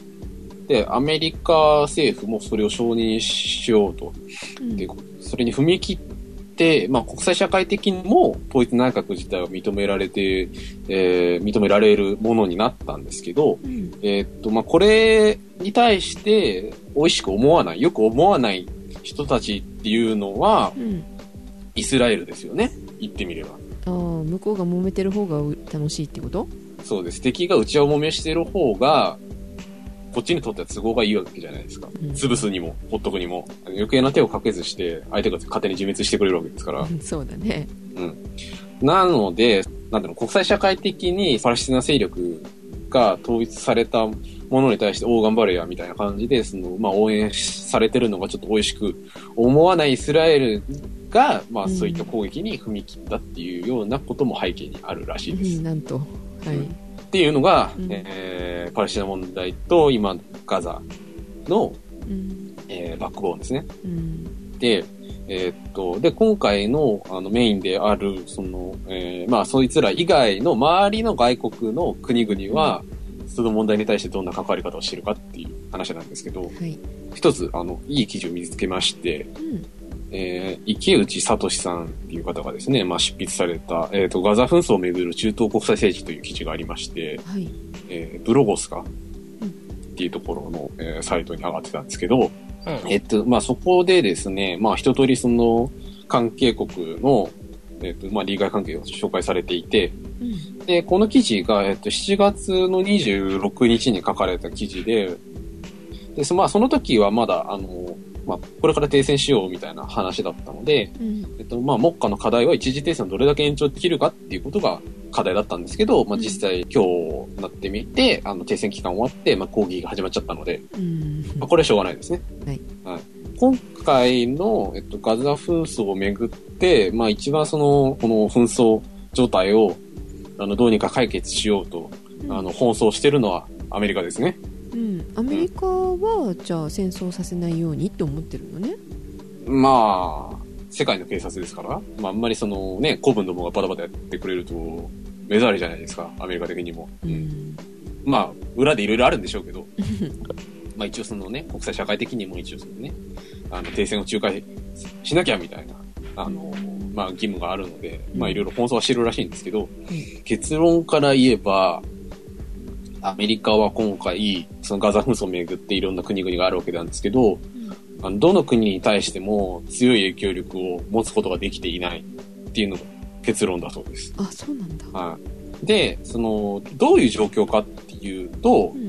C: で、アメリカ政府もそれを承認しようと。
A: うん
C: で、それに踏み切って、まあ、国際社会的にも統一内閣自体は認められて、えー認められるものになったんですけど、
A: うん
C: えーっと、まあ、これに対して、美味しく思わない、よく思わない人たちっていうのは、
A: うん
C: イスラエルですよね。言ってみれば。
A: ああ向こうが揉めてる方がう楽しいってこと
C: そうです。敵が内輪もめしてる方が、こっちにとっては都合がいいわけじゃないですか。
A: うん
C: 潰すにも、ほっとくにも、余計な手をかけずして、相手が勝手に自滅してくれるわけですから。
A: そうだね。
C: なので、なんだろう、国際社会的にパレスチナ勢力が統一されたものに対して、おう頑張れや、みたいな感じで、その、まあ、応援されてるのがちょっと美味しく思わないイスラエルが、ま
A: う
C: あ、
A: ん
C: そういった攻撃に踏み切ったっていうようなことも背景にあるらし
A: う
C: いです。
A: ん、なんと。はい。
C: うんっていうのが、
A: うん
C: えーパレスチナ問題と今、ガザの、
A: うん。
C: えーバックボーンですね。
A: うん。
C: で、えーっと、で、今回のあのメインである、その、えーまあ、そいつら以外の周りの外国の国々は、その問題に対してどんな関わり方をしてるかっていう話なんですけど、
A: はい。
C: 一つ、あの、いい記事を見つけまして、
A: うん。
C: えー池内聡さんっていう方がですね、まあ、執筆された、えーっと、ガザ紛争をめぐる中東国際政治という記事がありまして、
A: はい。
C: えーブロゴスか、
A: ん
C: っていうところの、えーサイトに上がってたんですけど、
E: うん
C: えっと、まあ、そこでですね、まあ、一通りその、関係国の、えっと、まあ、利害関係を紹介されていて、
A: うん。
C: で、この記事が、えっと、7月の26日に書かれた記事で、で、そまあ、その時はまだ、あの、まあ、これから停戦しようみたいな話だったので、
A: うん。
C: えっと、まあ、目下の課題は一時停戦をどれだけ延長できるかっていうことが課題だったんですけど、まあ、
A: うん
C: 実際今日になってみて、あの、停戦期間終わって、まあ、抗議が始まっちゃったので、
A: うん。
C: まあ、これはしょうがないですね。
A: はい。
C: はい、今回の、えっと、ガザ紛争をめぐって、まあ、一番その、この紛争状態を、あの、どうにか解決しようと、あの、奔走してるのはアメリカですね。
A: うん。アメリカは、じゃあ戦争させないようにって思ってるのね。
C: まあ、世界の警察ですから、まあ、あんまりそのね、古文どもがバタバタやってくれると、目障りじゃないですか、アメリカ的にも。
A: うん。
C: まあ、裏でいろいろあるんでしょうけど、まあ一応そのね、国際社会的にも一応そのね、あの、停戦を仲介しなきゃみたいな、あの、まあ義務があるので、
A: うん
C: まあいろいろ奔走はしてるらしいんですけど、結論から言えば、アメリカは今回、そのガザ紛争をめぐっていろんな国々があるわけなんですけど、あのどの国に対しても強い影響力を持つことができていないっていうのが結論だそうです。
A: あ、そうなんだ。
C: はい。で、その、どういう状況かっていうと
A: う、ん。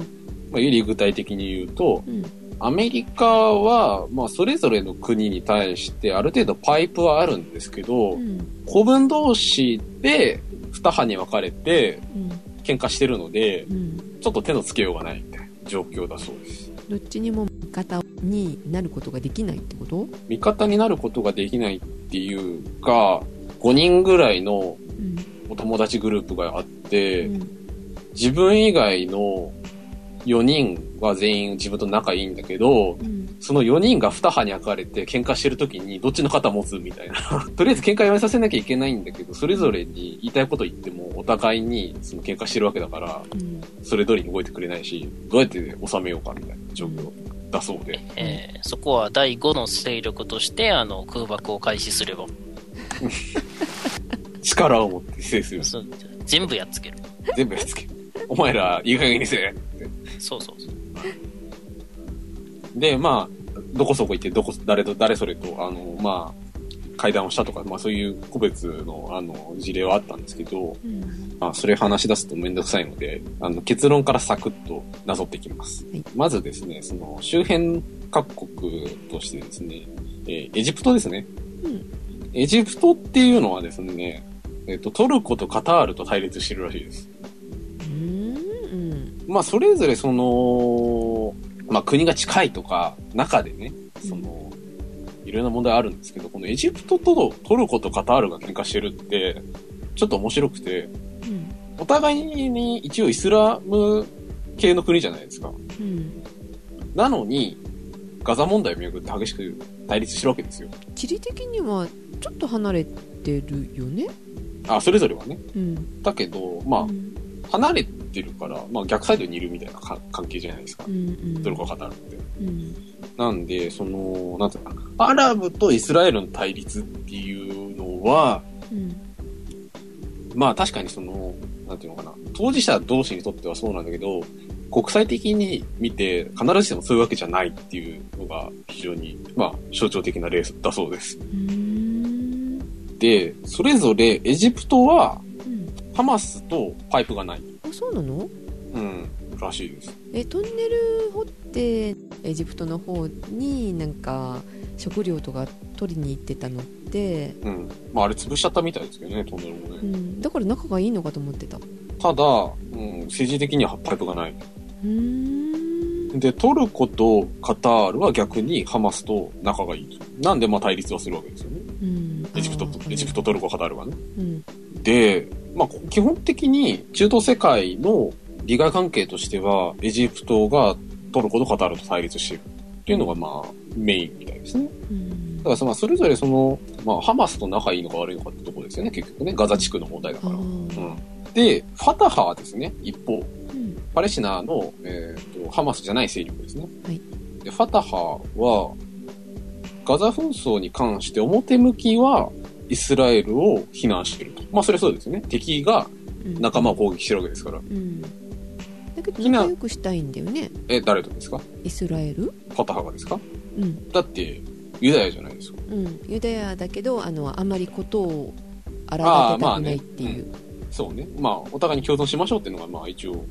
C: まあ、より具体的に言うと、
A: うん。
C: アメリカは、まあ、それぞれの国に対して、ある程度パイプはあるんですけど、
A: うん。
C: 古文同士で、二派に分かれて、
A: うん。
C: 喧嘩してるので、
A: うん。
C: ちょっと手のつけようがないみたいな状況だそうです。
A: どっちにも味方になることができないってこと
C: 味方になることができないっていうか、5人ぐらいの
A: うん。
C: お友達グループがあって、
A: うん。
C: 自分以外の4人は全員自分と仲いいんだけど、
A: うん。
C: その4人が2派に分かれて喧嘩してる時にどっちの肩持つみたいな。 *laughs* とりあえず喧嘩やめさせなきゃいけないんだけど、それぞれに言いたいこと言ってもお互いにその喧嘩してるわけだから、
A: うん。
C: それ通りに動いてくれないし、どうやって収めようかみたいな状況だそうで。
E: えーそこは第5の勢力としてあの空爆を開始すれば
C: 力を持って制する。
E: そう全部やっつける
C: 全部やっつけ。お前らいい加減にせえ。
E: そうそうそう
C: で、まあ、どこそこ行って、どこ、誰と、誰それと、あの、まあ、会談をしたとか、まあそういう個別の、あの、事例はあったんですけど、
A: うん。
C: まあそれ話し出すとめんどくさいので、あの、結論からサクッとなぞっていきます。
A: い
C: まずですね、その、周辺各国としてですね、えーエジプトですね。
A: うん
C: エジプトっていうのはですね、えっ、と、トルコとカタールと対立してるらしいです。
A: うん。
C: まあ、それぞれその、まあ、国が近いとか、中でね、その、いろんな問題あるんですけど、このエジプトとトルコとカタールが喧嘩してるって、ちょっと面白くて、
A: うん。
C: お互いに一応イスラム系の国じゃないですか。
A: うん。
C: なのに、ガザ問題をめぐって激しく対立してるわけですよ。
A: 地理的にはちょっと離れてるよね。
C: あ、それぞれはね。
A: うん。
C: だけど、ま
A: うん。
C: あ、離れてるから、まあ、逆サイドにいるみたいなか関係じゃないですか
A: う。ん。
C: トルコ、カタールって。
A: うん。
C: なんで、その、なんていうのかな、アラブとイスラエルの対立っていうのは、
A: うん。
C: まあ確かにその、なんていうのかな、当事者同士にとってはそうなんだけど、国際的に見て必ずしもそういうわけじゃないっていうのが非常に、まあ象徴的なレースだそうです。
A: うん。
C: で、それぞれエジプトは
A: うん。
C: ハマスとパイプがない。
A: あ、そうなの
C: うん。らしいです。
A: えトンネル掘ってエジプトの方になんか食料とか取りに行ってたのって、
C: うん。まああれ潰しちゃったみたいですけどね、トンネルも
A: う
C: ね。
A: ん、だから仲がいいのかと思ってたう
C: ただ、うん、政治的にはパイプがない。
A: ーん
C: で、トルコとカタールは逆にハマスと仲がいい。なんでまあ対立はするわけですよね。
A: うん
C: エジプトと、エジプト、トルコ、カタールがね。
A: うん
C: で、まあ、基本的に中東世界の利害関係としては、エジプトがトルコとカタールと対立してるっていうのが、まあ、メインみたいですね。
A: うん
C: だからその、まあそれぞれその、まあ、ハマスと仲いいのか悪いのかってところですよね、結局ね。ガザ地区の問題だ
A: あ
C: から。うん。
A: ー
C: で、ファタハはですね、一方、
A: うん
C: パレスチナの、えーとハマスじゃない勢力ですね。
A: はい
C: でファタハは、ガザ紛争に関して表向きはイスラエルを非難してると。まあそれはそうですよね。敵が
A: うん
C: 仲間を攻撃してるわけですから。
A: うんだけど
C: 今
A: 仲良くしたいんだよね
C: え、誰とですか
A: イスラエル
C: ファタハがですか
A: うん、
C: だって、ユダヤじゃないですか。
A: うん、ユダヤだけどあのあまりことを荒立てたくないっていう、
C: そうね。まあお互いに共存しましょうっていうのがまあ一応、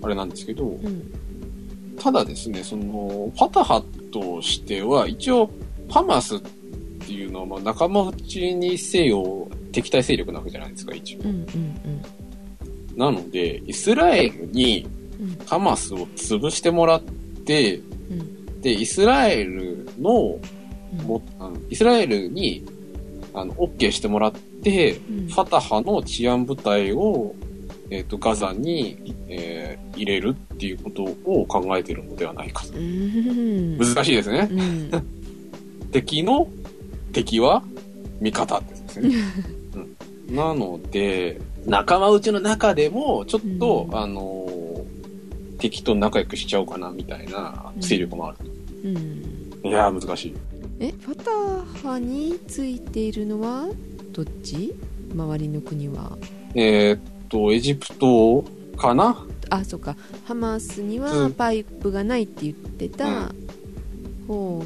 C: あれなんですけど、
A: うん
C: ただですね、その、ファタハとしては、一応、ハマスっていうのは、まあ、仲間内にせよ、敵対勢力なわけじゃないですか、一応
A: う。んうん
C: なので、イスラエルに
A: うん
C: ハマスを潰してもらって、
A: うん
C: で、イスラエルの、
A: うん
C: もあのイスラエルに、あの、OK してもらって、
A: うん
C: ファタハの治安部隊を、えっ、と、ガザに、えー入れるっていうことを考えているのではないかと。
A: うん
C: 難しいですね。
A: うん
C: 敵の敵は味方ってやつで
A: *laughs*
C: すね。うんなので、仲間内の中でも、ちょっと、
A: うん
C: あのー、敵と仲良くしちゃおうかな、みたいな勢力もある。
A: うん
C: いやー、難しい。
A: えファタハについているのはどっち周りの国は
C: えーっと、エジプトかな
A: あそうかハマスに
C: う
A: は
C: ん
A: パイプがないって言ってた方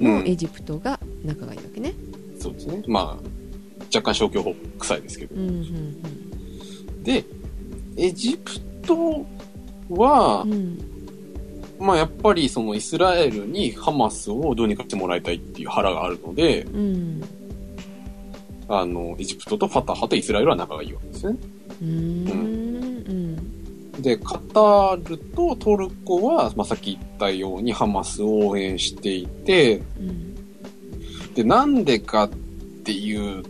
C: う
A: のエ
C: ん。
A: ジプトが仲がいいわけね、
C: そうですね。まあ、若干消去法臭いですけど
A: う。んうん
C: で、エジプトは
A: う、んうん
C: まあやっぱりそのイスラエルにハマスをどうにかしてもらいたいっていう腹があるので、
A: うん
C: あの、エジプトとファタハとイスラエルは仲がいいわけですね。
A: うーんうん
C: で、カタールとトルコは、まあ、さっき言ったようにハマスを応援していて、
A: うん
C: で、なんでかっていう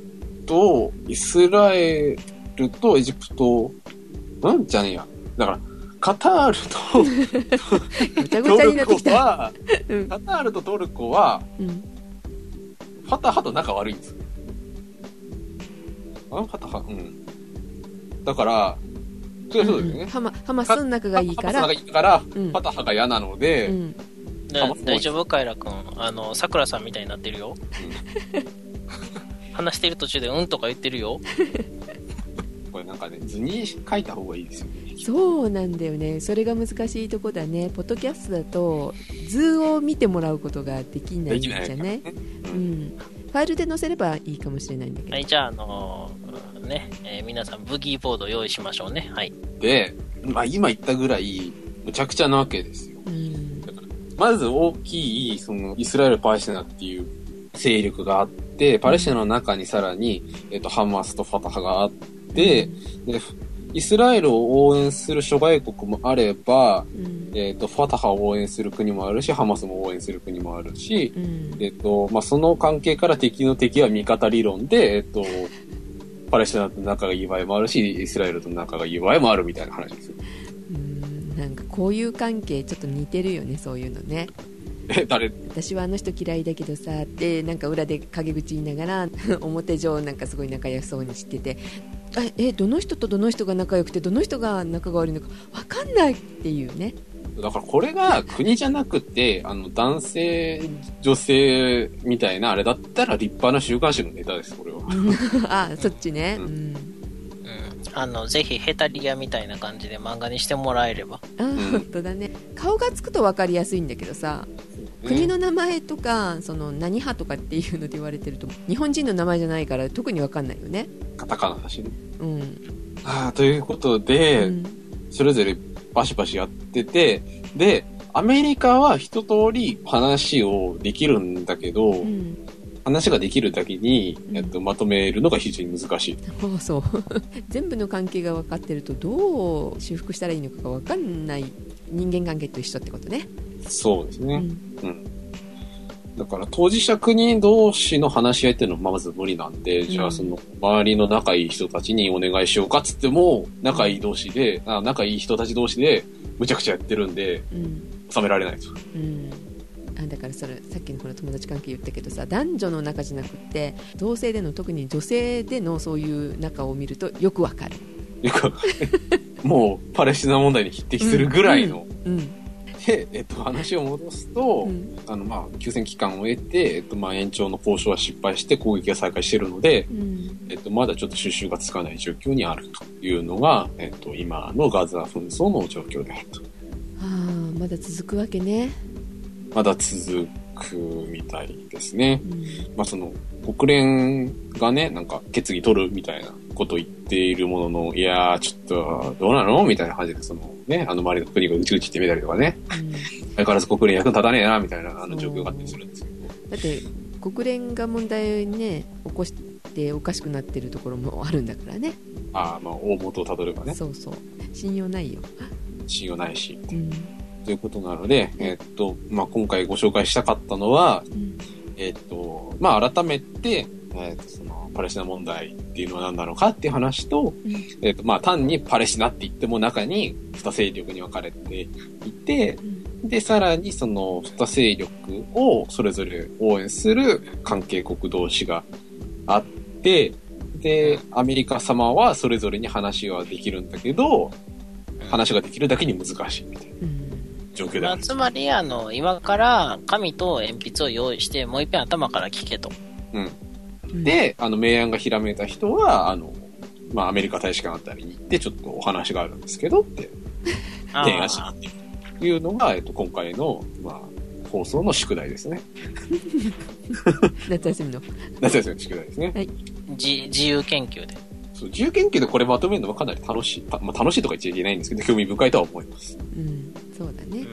C: と、イスラエルとエジプト、んじゃねえや。だから、カタール
A: ごちゃ
C: と
A: ご
C: ト
A: ちゃになっ
C: ル
A: てき
C: コ
A: た
C: は、
A: うん
C: カタールとトルコは、
A: うん
C: ファタハと仲悪いんですよ。あファタハうん。だから、それはそうですよね。
A: ハマハマスの仲がいいか
C: ハ
A: ら
C: マスがいいから、
A: うん
C: ファタハが嫌なので、
A: うん
E: だ
C: あもう
E: 大丈夫カイラ君あのさくらさんみたいになってるよ話してる途中で「うん」とか言ってるよ
C: これなんかね、図に書いた方がいいですよね。
A: そうなんだよねそれが難しいとこだねポッドキャストだと図を見てもらうことができないんじゃな
C: でき
A: い
C: ら
A: う
C: ね
A: ん、ファイルで載せればいいかもしれないんだけど、
E: はいじゃああのーね、えー皆さんブギーボード用意しましょうねはい
C: で、まあ今言ったぐらい、むちゃくちゃなわけですよ。
A: うん
C: まず大きい、その、イスラエル・パレスチナっていう勢力があって、パレスチナの中にさらに、えっと、ハマスとファタハがあって、で、イスラエルを応援する諸外国もあれば、
A: うん
C: えっと、ファタハを応援する国もあるし、ハマスも応援する国もあるし、
A: うん
C: えっと、まあ、その関係から敵の敵は味方理論で、えっと、パレスチナと仲がいい場合もあるし、イスラエルと仲がいい場合もあるみたいな話ですよ。
A: うんなんかこういう関係ちょっと似てるよねそういうのね
C: え、誰
A: 私はあの人嫌いだけどさってなんか裏で陰口言いながら *laughs* 表上なんかすごい仲良そうにしててあえどの人とどの人が仲良くてどの人が仲が悪いのか分かんないっていうね
C: だからこれが国じゃなくて、あの、男性、女性みたいなあれだったら立派な週刊誌のネタです、これは。
A: *laughs* あそっちね、う
C: うん
A: ん、
E: うんあのぜひヘタリアみたいな感じで漫画にしてもらえれば
A: あ
C: ん
A: 本当だね顔がつくと分かりやすいんだけどさ国の名前とかその何派とかっていうので言われてると日本人の名前じゃないから特に分かんないよね
C: カタカナだしね。
A: うん、
C: ああ、ということで、
A: うん
C: それぞれバシバシやってて、で、アメリカは一通り話をできるんだけど、
A: うん、
C: 話ができるだけに、
A: うん
C: えっと、まとめるのが非常に難しい。
A: そうそう *laughs* 全部の関係が分かってるとどう修復したらいいのかが分かんない人間関係と一緒ってことね、
C: そうです
A: う
C: ね。
A: ん、
C: だから当事者国同士の話し合いっていうのはまず無理なんで、
A: ん
C: じゃあその周りの仲いい人たちにお願いしようかっつっても、仲いい同士で、あ仲いい人たち同士で、むちゃくちゃやってるんで、
A: うん
C: 収められないと。
A: うん、あだからそれさっきのほら友達関係言ったけどさ男女の仲じゃなくって同性での特に女性でのそういう仲を見るとよくわかる、
C: いう
A: *laughs*
C: か、もうパレスチナ問題に匹敵するぐらいの。
A: うん
C: で、えっと、話を戻すと、
A: うん
C: あの、まあ、休戦期間を得て、えっと、まあ、延長の交渉は失敗して攻撃が再開してるので、
A: うん
C: えっと、まだちょっと収拾がつかない状況にあるというのが、えっと、今のガザ紛争の状況であると。
A: あーまだ続くわけね、
C: まだ続くみたいですね。
A: うん
C: まあ、その、国連がね、なんか決議取るみたいなことを言っているものの、いやー、ちょっと、どうなのみたいな感じで、その、ね、あの周りの国がうちうちってみたりとかね、
A: うん
C: 相変わらず国連役に立たねえな、みたいな、あの状況があったりするんですけど。
A: だって国連が問題ね起こしておかしくなってるところもあるんだからね
C: ああ、まあ、大元をたどればね、
A: そうそう信用ないよ、
C: 信用ないし、
A: うん
C: ということなので、えっと、まあ、今回ご紹介したかったのは、
A: うん
C: えっと、まあ、改めて、えっと、その、パレスチナ問題っていうのは何なのかっていう話と、
A: うん
C: えっと、まあ、単にパレスチナって言っても中に二勢力に分かれていて、で、さらにその二勢力をそれぞれ応援する関係国同士があって、で、アメリカ様はそれぞれに話はできるんだけど、話ができるだけに難しいみたいな
A: うん
C: 状況で
E: ま
C: あ
E: あ、
C: る。
E: つまり、あの、今から紙と鉛筆を用意して、もう一遍頭から聞けと。
A: うん、
C: で、あの、明暗がひらめいた人は、あの、まあ、アメリカ大使館あたりに行って、ちょっとお話があるんですけど、って
E: あ
C: 提案し
E: ー
C: ていうのが、えっと、今回の、まあ、放送の宿題ですね。 *laughs*
A: 夏休みの
C: 夏休みの宿題ですね。
E: じ自由研究で。
C: そう、自由研究でこれまとめるのはかなり楽しい。たまあ、楽しいとか言っちゃいけないんですけど、興味深いとは思います。
A: うんそうだ
E: う
A: ね
E: ん。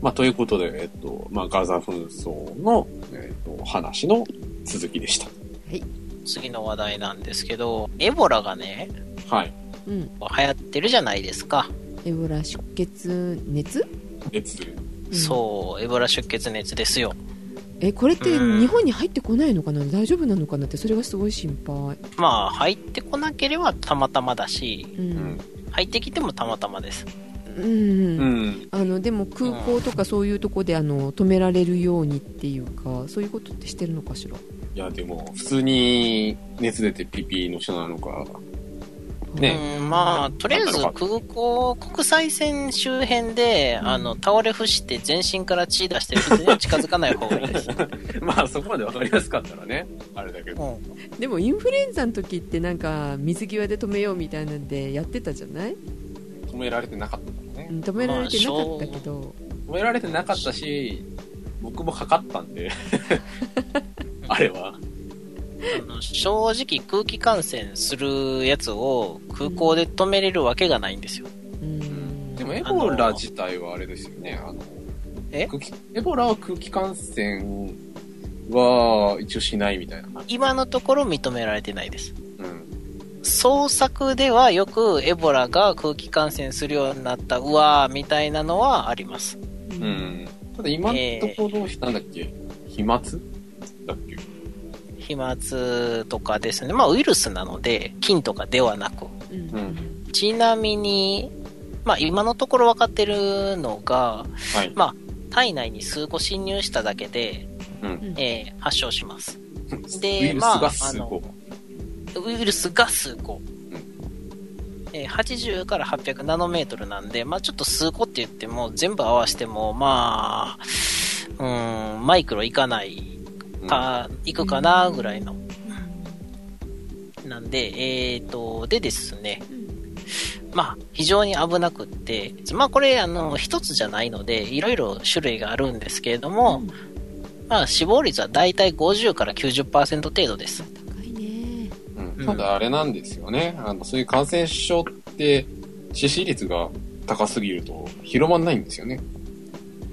C: まあ、ということで、えっと、まあ、ガザ紛争の、えっと、話の続きでした。
E: 次の話題なんですけど、エボラがね、
C: はい。
A: うん
E: 流行ってるじゃないですか。
A: エボラ出血熱、
C: 熱。
A: うん
E: そう、エボラ出血熱ですよ。
A: えこれって
E: うん
A: 日本に入ってこないのかな大丈夫なのかなってそれがすごい心配
E: まあ、入ってこなければたまたまだし、
A: う
C: うんん。
E: 入ってきてもたまたまです。
A: うん、
C: うん。
A: あのでも空港とかそういうとこであの止められるようにっていうかそういうことってしてるのかしら
C: いや、でも、普通に熱出てピピの人なのか、ね
E: うん、まあ、とりあえず空港、国際線周辺で、あの、倒れ伏して全身から血出してる人には近づかない方がいいです。
C: *laughs* まあそこまでわかりやすかったらね、あれだけ
E: う
C: ど。
E: ん
A: でもインフルエンザの時ってなんか水際で止めようみたいなんでやってたじゃない
C: 止められてなかったからね
A: う。ん止められてなかったけど、
C: 止められてなかったし、僕もかかったん
E: *laughs*
C: で、あれは。
E: あの正直空気感染するやつを空港で止めれるわけがないんですよ。
A: うん
C: でもエボラ自体はあれですよね、あの、
E: え
C: 空気エボラは空気感染は一応しないみたいな。
E: 今のところ認められてないです。
C: うん。
E: 捜索ではよくエボラが空気感染するようになった、うわーみたいなのはあります。
A: うん
C: うん。ただ今のところ、なんだっけ、飛沫だっけ
E: 飛沫とかですね。まあウイルスなので、菌とかではなく。
A: うん
C: う
E: ちなみに、まあ今のところ分かってるのが、
C: はい。
E: 体内に数個侵入しただけで、
C: うん
E: えー発症します。
C: ウイル
E: で、
C: ス
E: ま
C: が
E: あ、あ
C: 数
E: の
C: 個。、
E: ウイルスが数個。えー80から800ナノメートルなんで、まあちょっと数個って言っても、全部合わせても、まあ、うーん、マイクロいかないか、いくかな、ぐらいの。なんで、えっ、と、でですね、まあ非常に危なくって、まあこれ、あの、一つじゃないので、いろいろ種類があるんですけれども、まあ死亡率はだいたい50から90%程度です。
A: 高いね
C: うんただあれなんですよね。あの、そういう感染症って、 CC 率が高すぎると広まんないんですよね。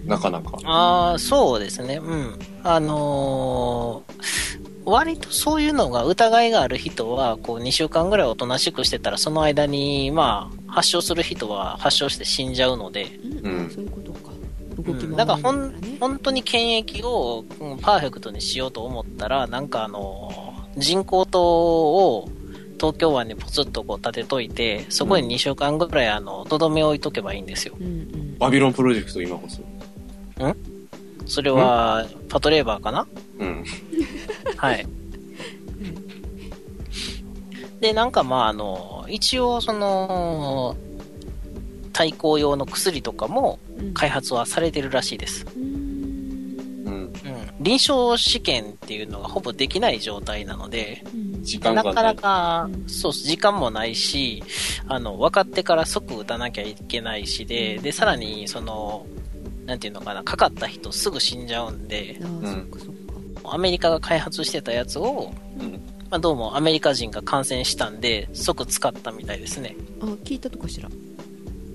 C: なかなか。
E: ああ、そうですね。うん。あのー割とそういうのが疑いがある人は、こう2週間ぐらいおとなしくしてたら、その間に、まあ、発症する人は発症して死んじゃうので、
C: うん
A: そういうことか動
E: う
A: き回
E: ん、
A: る
E: だから
A: か
E: ほ
A: ら
E: ん
A: ね
E: 本当に検疫をうんパーフェクトにしようと思ったら、なんかあの、人工島を東京湾にポツッとこう立てといて、そこに2週間ぐらいあの、とどめを置いとけばいいんですよ。
A: うんうん
C: バビロンプロジェクト今こそ。
E: それは、パトレーバーか
A: *laughs*
E: な
C: うん。
E: はい。で、なんかまああの、一応その、対抗用の薬とかも
A: うん
E: 開発はされてるらしいです。
A: うん
C: うん。
E: うん。臨床試験っていうのがほぼできない状態なので、
A: うん
C: 時間が
E: な
C: ない。
E: かなか
A: う、ん
E: そうっす、時間もないし、あの、分かってから即打たなきゃいけないしで、で、さらに、その、なんていうのかな、かかった人すぐ死んじゃうんで、
A: あ
C: ん
A: あそっかそっか
E: アメリカが開発してたやつを、
C: うん
E: まあどうもアメリカ人が感染したんで、即使ったみたいですね。
A: あ聞いたとかしら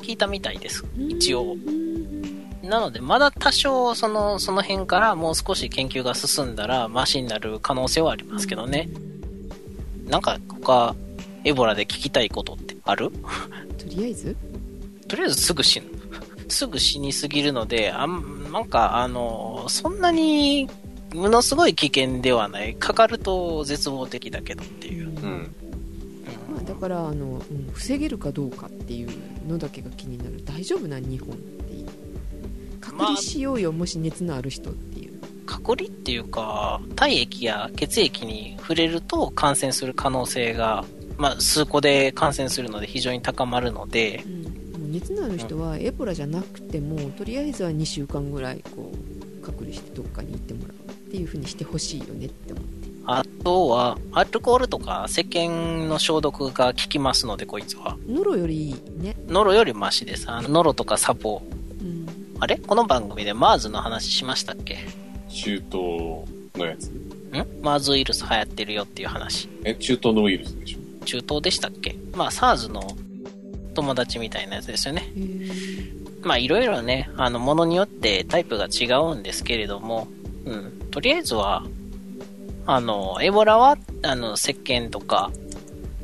E: 聞いたみたいです。
A: 一
E: 一応
A: うん
E: なので、まだ多少、その、その辺からもう少し研究が進んだら、マシになる可能性はありますけどね。なんか、他、エボラで聞きたいことってある
A: とりあえず
E: とりあえずすぐ死ぬ。 *laughs* すぐ死にすぎるので、あん、なんか、あの、そんなに、ものすごい危険ではない。かかると絶望的だけどっていう。
C: うん。
E: うん
A: まあ、だからあの、うん防げるかどうかっていうのだけが気になる大丈夫な日本っていう隔離しようよ、もし熱のある人っていう
E: 隔離っていうか、体液や血液に触れると感染する可能性が、まあ、数個で感染するので非常に高まるので、
A: うん、もう熱のある人はエボラじゃなくてもとりあえずは2週間ぐらいこう隔離してどっかに行ってもらうっていうふうにしてほしいよねって思う
E: あとは、アルコールとか石鹸の消毒が効きますので、こいつは。
A: ノロよりいいね、
E: ノロよりマシです。あのノロとかサポ。
A: うん、
E: あれこの番組で MERS の話しましたっけ
C: 中東のやつ。
E: ん ?MERS ウイルス流行ってるよっていう話。
C: え、中東のウイルスでしょ。
E: 中東でしたっけまあ SARS の友達みたいなやつですよね。
A: へー
E: まあいろいろね、あの、ものによってタイプが違うんですけれども、うん、とりあえずは、あの、エボラは、あの、石鹸とか、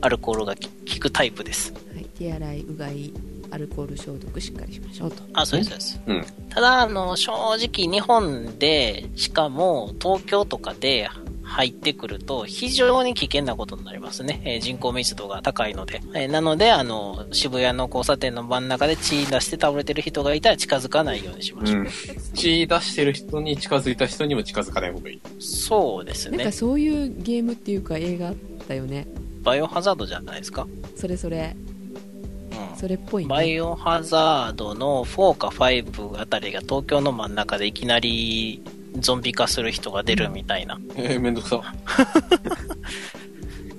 E: アルコールが効くタイプです。
A: はい、手洗いうがいアルコール消毒しっかりしましょうと
E: あ、そうです、そうです。
C: うん。
E: ただ、あの、正直日本で、しかも東京とかで入ってくると、非常に危険なことになりますね。えー人口密度が高いので。えーなので、あの、渋谷の交差点の真ん中で血出して倒れてる人がいたら近づかないようにしましょう。
C: うん。血出してる人に近づいた人にも近づかない方がいい。
E: そうです
A: なんか
E: ね。
A: そういうゲームっていうか映画あったよね
E: バイオハザードじゃないですか。
A: それそれ
E: う
A: それっぽい
E: ん。
A: ね
E: バイオハザードの4か5あたりが東京の真ん中でいきなりゾンビ化する人が出るみたいな。
C: えー、めんどくさ。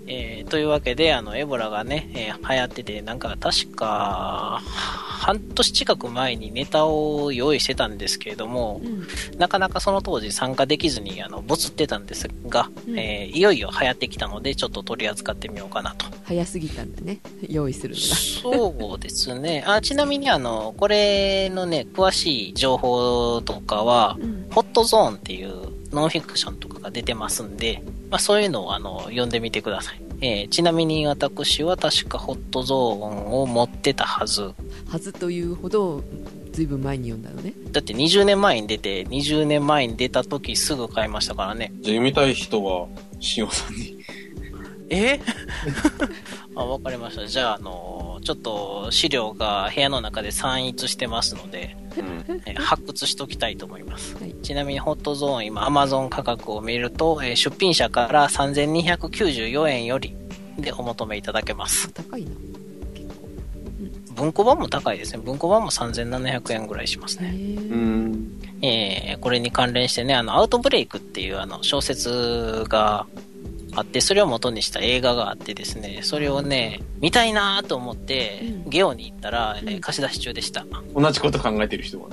E: えーというわけで、あの、エボラがね、えー流行ってて、なんか確か、半年近く前にネタを用意してたんですけれども
A: う、ん
E: なかなかその当時参加できずに、あの、ボツってたんですが、
A: うん
E: えーいよいよ流行ってきたので、ちょっと取り扱ってみようかなと。
A: 早すぎたんだね用意するのが
E: そうですね。あ、ちなみにあの、これのね、詳しい情報とかは、
A: うん
E: ホットゾーンっていうノンフィクションとかが出てますんで、まあ、そういうのをあの読んでみてください、えーちなみに私は確かホットゾーンを持ってたはず
A: はずというほどずいぶん前に読んだのね
E: だって20年前に出て20年前に出た時すぐ買いましたからね
C: じゃあ読みたい人は、しおさんに。
E: え *laughs* あ分かりましたじゃあ、あのちょっと資料が部屋の中で散逸してますので、
C: *laughs* うん。
E: えー発掘しときたいと思います、
A: はい
E: ちなみにホットゾーン今 Amazon 価格を見ると、えー出品者から3294円よりでお求めいただけます
A: 高いな結構
E: 文庫版も高いですね文庫版も3700円ぐらいします
A: へ
E: ね、
A: ー
C: うん。
E: えーこれに関連してねあのアウトブレイクっていうあの小説があってそれを元にした映画があってですねそれをね見たいなと思って
A: うん
E: ゲオに行ったら、えー
A: うん
E: 貸し出し中でした
C: 同じこと考えてる人は。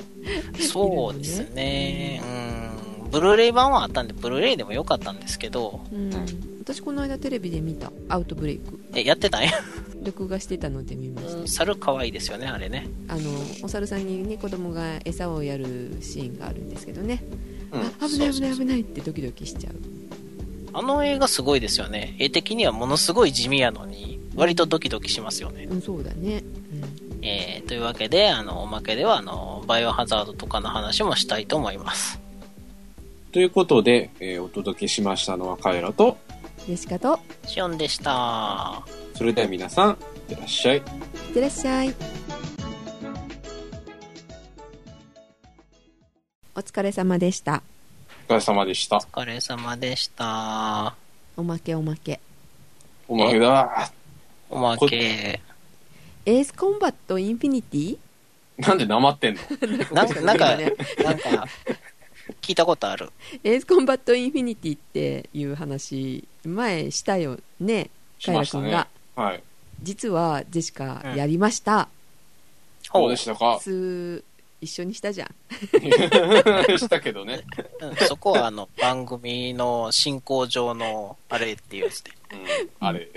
E: そうですね。うん。ブルーレイ版はあったんで、ブルーレイでもよかったんですけど、
A: うん、私この間テレビで見たアウトブレイク
E: え、やってたんや。
A: 録画してたので見ました、
E: 猿可愛いですよね、あれね。
A: あのお猿さんにね子供が餌をやるシーンがあるんですけどね、
C: うん
A: あ危ない危
E: そうそう
A: ない
E: そう
A: 危ないってドキドキしちゃう
E: あの映画すごいですよね。絵的にはものすごい地味やのに、割とドキドキしますよね。
A: うんそうだね、
E: えー、というわけで、あの、おまけでは、あの、バイオハザードとかの話もしたいと思います。
C: ということで、えーお届けしましたのはカエラと、
A: うん、でしかと
E: シオンでした。
C: それでは皆さん、いってらっしゃい。
A: いってらっしゃいお疲れ様でした
C: お疲れ様でした。
E: お疲れ様でした。
A: おまけおまけ
C: おまけだ。
E: おまけ。
A: エースコンバットインフィニティ
C: なんで黙ってんの
E: なんか、なんか、
A: ね
E: なんか、聞いたことある。
A: エースコンバットインフィニティっていう話前したよね
C: し
A: カイ
C: ま
A: ラ
C: した
A: 君
C: ね
A: が。
C: はい。
A: 実はジェシカやりました、
C: どうでしたか
A: す一緒にしたじゃん
C: したけどね。
E: うんそこは、あの、番組の進行上の、あれっていうやつで。
C: うん、あれ。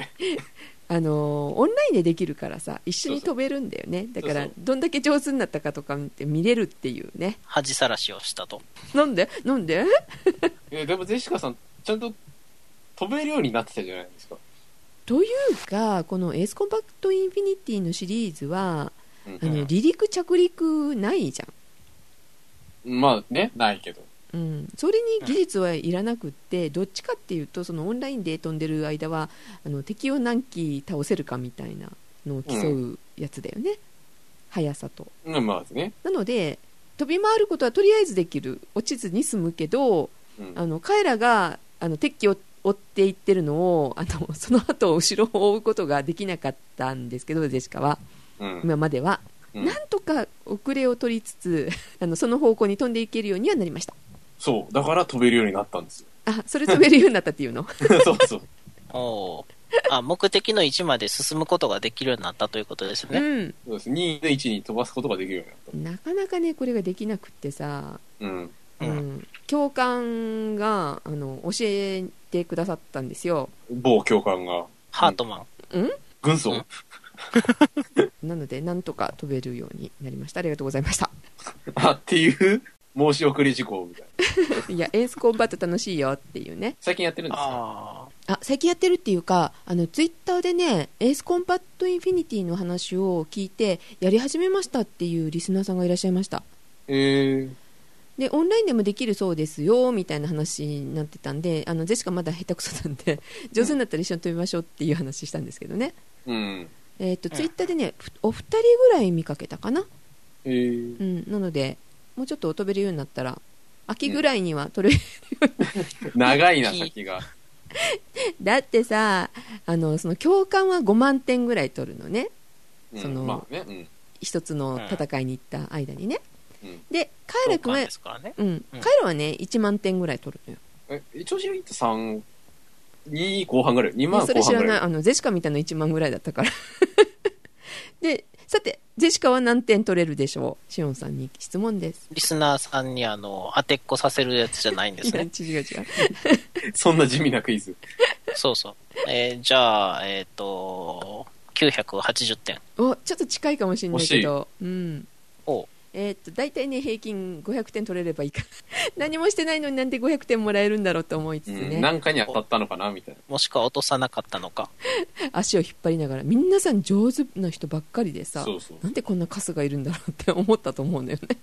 A: あのーオンラインでできるからさ一緒に飛べるんだよねだか
C: そ
A: ら
C: うそ
A: どんだけ上手になったかとかって見れるっていうね
E: 恥さらしをしたと。
A: なんでなんで
C: えでもジェシカさん、ちゃんと飛べるようになってたじゃないですか。
A: というかこの「エースコンパクトインフィニティ」のシリーズは
C: うん
A: あの離陸着陸ないじゃん
C: まあね、ないけど。
A: うん、それに技術はいらなくって、どっちかっていうとそのオンラインで飛んでる間はあの敵を何機倒せるかみたいなのを競うやつだよね、速さと
C: うん、まあね。
A: なので飛び回ることはとりあえずできる落ちずに済むけど
C: うん
A: あの彼らがあの敵を追っていってるのをあの *laughs* その後後ろを追うことができなかったんですけどジェシカは
C: うん。
A: 今までは、
C: うん
A: なんとか遅れを取りつつあのその方向に飛んでいけるようにはなりました
C: そう。だから飛べるようになったんですよ。
A: あそれ飛べるようになったって
C: *laughs*
A: いうの
C: そうそう。
E: おーあ、目的の位置まで進むことができるようになったということですね。
A: うん、
C: そうです。2で1に飛ばすことができるようになった。
A: なかなかねこれができなくってさ、
C: うん。
A: う
E: うん
A: ん教官があの教えてくださったんですよ
C: 某教官が、
E: ハートマン。
C: 軍曹、
E: うん
A: なのでなんとか飛べるようになりましたありがとうございま *laughs* した
C: *laughs* あ、っていう申し送り事項みたいな。
A: いやエースコンバット楽しいよっていうね
C: 最近やってるんですか
E: あ
A: あ最近やってるっていうかあのツイッターでねエースコンバットインフィニティの話を聞いてやり始めましたっていうリスナーさんがいらっしゃいました
C: えー、
A: でオンラインでもできるそうですよみたいな話になってたんであのジェシカまだ下手くそなん *laughs* で上手になったら一緒に飛びましょうっていう話したんですけどね、
C: うん。
A: えっと
E: うん
A: ツイッターでねふお二人ぐらい見かけたかな、
C: えー
A: う、ん、なのでもうちょっと飛べるようになったら秋ぐらいには取れる、
C: 長いな、先が。
A: だってさあのその教官は5万点ぐらい取るのね
C: うん
A: その
C: まあね、うん。
A: 一つの戦いに行った間にね、
C: うん
A: でカ
E: あ。
A: エ
E: 教
A: ラ君
E: 官
A: は
E: ですからね。
A: うん、カ
E: うん
A: エラはね1万点ぐらい取るのよ
C: え、調子がいいって3、2後半ぐらい。2
A: ね
C: 万
A: そ
C: 後
A: れ知
C: 半
A: ら
C: ぐ
A: ない
C: らい。
A: あのゼシカみたいな1万ぐらいだったから *laughs* でさてゼシカは何点取れるでしょうシオンさんに質問です
E: リスナーさんに、あの、当てっこさせるやつじゃないんです
A: いや違
E: ね
A: う。違う
C: そんな地味なクイズ。
E: そうそう。えーじゃあ、えっ、と、980点。
A: おちょっと近いかもしれないけどうん
E: おう
A: えーっと大体ね平均500点取れればいいか *laughs* 何もしてないのになんで500点もらえるんだろうと思いつ
C: う
A: つ
C: ん。
A: ね、
C: なんかに当たったのかな、みたいな。
E: もしくは落とさなかったのか。
A: 足を引っ張りながら皆さん上手な人ばっかりでさ
C: そうそう。
A: なんでこんなカスがいるんだろうって思ったと思うんだよね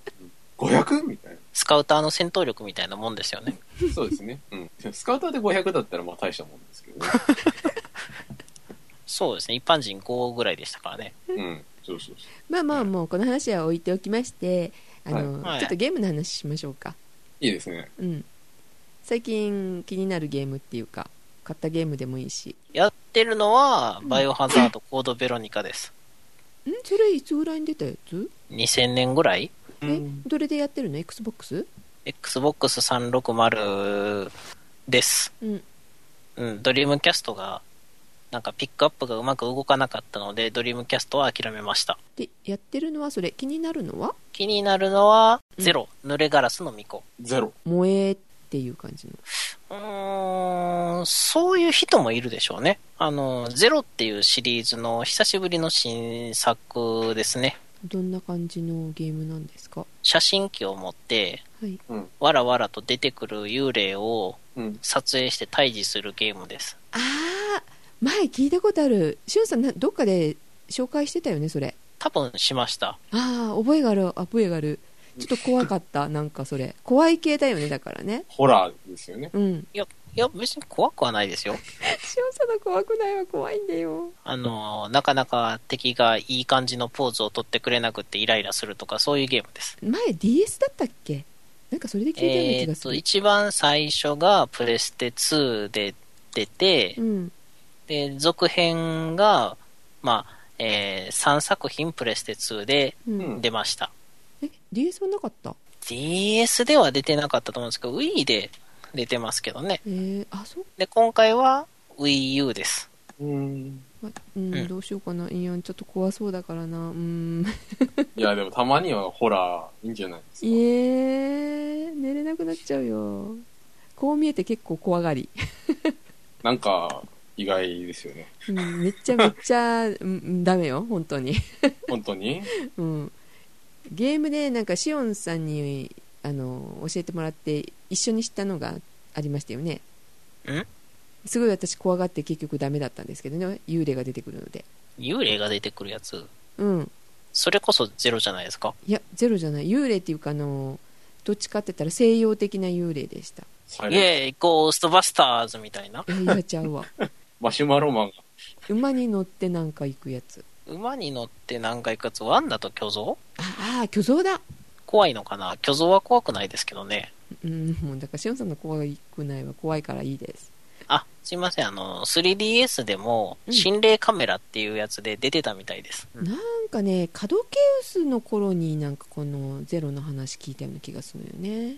C: 500? みたい
E: スカウターの戦闘力みたいなもんですよね。
C: な。そうですね。うん。スカウターで500だったら、まあ大したもんですけどね。
E: そうですね。一般人5ぐらいでしたからね。
C: うん。そうそうそう。
A: まあまあもうこの話は置いておきましてあの、
E: はいはい
A: ちょっとゲームの話しましょうか
C: いいですね。
A: うん、最近気になるゲームっていうか買ったゲームでもいいし
E: やってるのは、バイオハザード、コードベロニカです。
A: んそれいつぐらいに出たやつ、
E: 2000年ぐらい
A: えどれでやってるの XBOX?
E: ?Xbox 360です。
A: うん
E: うん、ドリームキャストが、なんかピックアップがうまく動かなかったので、ドリームキャストは諦めました。
A: でやってるのはそれ気になるのは
E: 気になるのは、
A: うん
E: ゼロ、濡れガラスの巫女。
C: ゼロ。
A: 萌えっっていう感じの。
E: うーんそういう人もいるでしょうね。あの、ゼロっていうシリーズの久しぶりの新作ですね。
A: どんな感じのゲームなんですか
E: 写真機を持って、
A: はい。
E: わらわらと出てくる幽霊を
C: うん。
E: 撮影して退治するゲームです。
A: ああ、前聞いたことある。しゅんさんな、どっかで紹介してたよね、それ。
E: 多分しました。
A: ああ、覚えがある、覚えがある。ちょっと怖かった、なんかそれ。怖い系だよね、だからね。
C: ホラーですよね。
A: うん。
E: いや、別に怖くはないですよ。
A: しゅんさんの怖くないは怖いんだよ。
E: あの、なかなか敵がいい感じのポーズを取ってくれなくてイライラするとか、そういうゲームです。
A: 前 DS だったっけなんかそれで聞いたような
E: え
A: 気
E: ー
A: が
E: っ
A: す
E: と、
A: る。
E: 一番最初がプレステ2で出て、
A: うん。
E: で、続編が、まあ、え3作品プレステ2で
A: うん。
C: うん
E: 出ました。
A: え、DS はなかった
E: DS では出てなかったと思うんですけど、Wii で出てますけどね。
A: えー、あ、そう
E: で、今回は Wii U です。
C: うん。
A: か。うん、
E: うん
A: どうしようかな。いや、ちょっと怖そうだからな。うん。
C: いや、でもたまにはホラーいいんじゃないですか。
A: いえー、寝れなくなっちゃうよ。こう見えて結構怖がり。
C: なんか、意外ですよね。
A: うん、めっちゃめっちゃ、うんうん、ダメよ、本当に。
C: 本当に
A: うん。ゲームで、なんか、シオンさんに、あの、教えてもらって、一緒にしたのがありましたよね。
E: ん
A: すごい私怖がって結局ダメだったんですけどね、幽霊が出てくるので。
E: 幽霊が出てくるやつ、
A: うん。
E: それこそゼロじゃないですか。
A: いや、ゼロじゃない。幽霊っていうか、あの、どっちかって言ったら西洋的な幽霊でした。
C: 最
E: イエーイ、ゴーストバスターズみたいな。
A: えー、やっちゃう *laughs* わ。
C: マシュマロマンが。
A: 馬に乗ってなんか行くやつ。
E: 馬に乗って何回かつ、ワンダと巨像
A: ああ、巨像だ
E: 怖いのかな巨像は怖くないですけどね。
A: うん、もうだから、シオンさんの怖くないは怖いからいいです。
E: あ、すいません、あの、3DS でも、
A: うん
E: 心霊カメラっていうやつで出てたみたいです。
A: なんかね、カドケウスの頃になんかこのゼロの話聞いたような気がするのよね。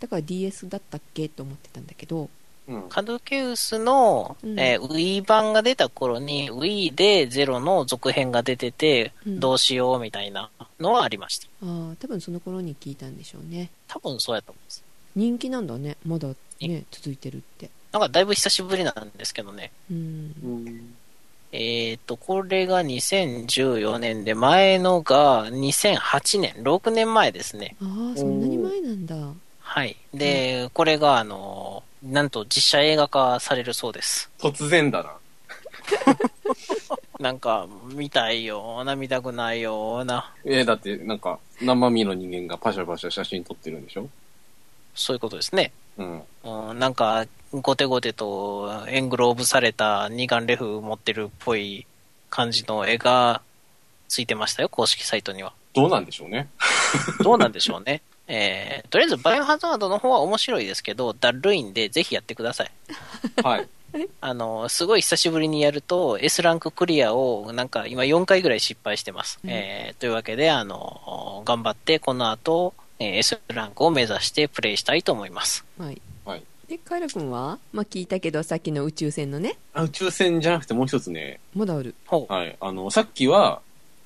A: だから DS だったっけと思ってたんだけど、
C: うん。
E: カドケウスの、
A: うん
E: えー Wii 版が出た頃に、Wii でゼロの続編が出てて、
A: うん
E: どうしようみたいなのはありました。
A: ああ、多分その頃に聞いたんでしょうね。
E: 多分そうやと思います。
A: 人気なんだね。まだね、続いてるって。
E: なんかだいぶ久しぶりなんですけどね。
A: うん。
E: えっ、と、これが2014年で、前のが2008年、6年前ですね。
A: ああ、そんなに前なんだ。
E: はい。で、これが、あの、なんと実写映画化されるそうです。
C: 突然だな。
E: なんか、見たいような、見たくないような、
C: えー、だって、なんか、生身の人間がパシャパシャ写真撮ってるんでしょ
E: そういうことですね。
C: うん。
E: うん、なんか、ゴテゴテとエングローブされた二眼レフ持ってるっぽい感じの絵がついてましたよ、公式サイトには。
C: どうなんでしょう *laughs* ね。
E: どうなんでしょうね。 *laughs* えー、とりあえず、バイオハザードの方は面白いですけど、だるいんで、ぜひやってください。
C: はい。
E: あの、すごい久しぶりにやると、S ランククリアを、なんか今4回ぐらい失敗してます。
A: うん
E: えーというわけで、あの、頑張って、この後、えー S ランクを目指してプレイしたいと思います。
A: はい。
C: はい。
A: で、カイラ君はまあ聞いたけど、さっきの宇宙船のね、
C: あ宇宙船じゃなくてもう一つね、
A: まだある。
E: ほう。
C: はい。あの、さっきは、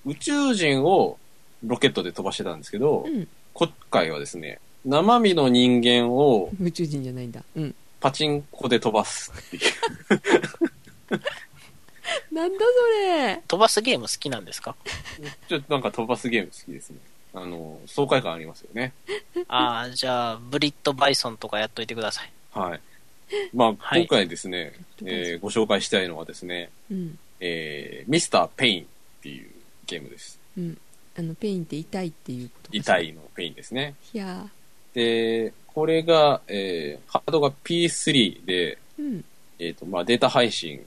C: 宇宙人をロケットで飛ばしてたんですけど、
A: うん。
C: 今回はですね、生身の人間を
A: 宇宙人じゃないんだ。うん。
C: パチンコで飛ばす *laughs* っていう。
A: *laughs* なんだそれ
E: 飛ばすゲーム好きなんで
A: *laughs*
E: すか
C: ちょっとなんか飛ばすゲーム好きですね。あの、爽快感ありますよね。
E: ああ、じゃあ、ブリッドバイソンとかやっといてください。
C: はい。まあ、
E: はい
C: 今回ですね、えーご紹介したいのはですね、
A: うん。
C: えー、ミスターペインっていうゲームです。
A: うん。あの、ペインって痛いっていうことかしら
C: 痛。いのペインですね。
A: いや
C: で、これが、えー、ハードが PS3 で、
A: ーうん。
C: えっ、と、まあ、データ配信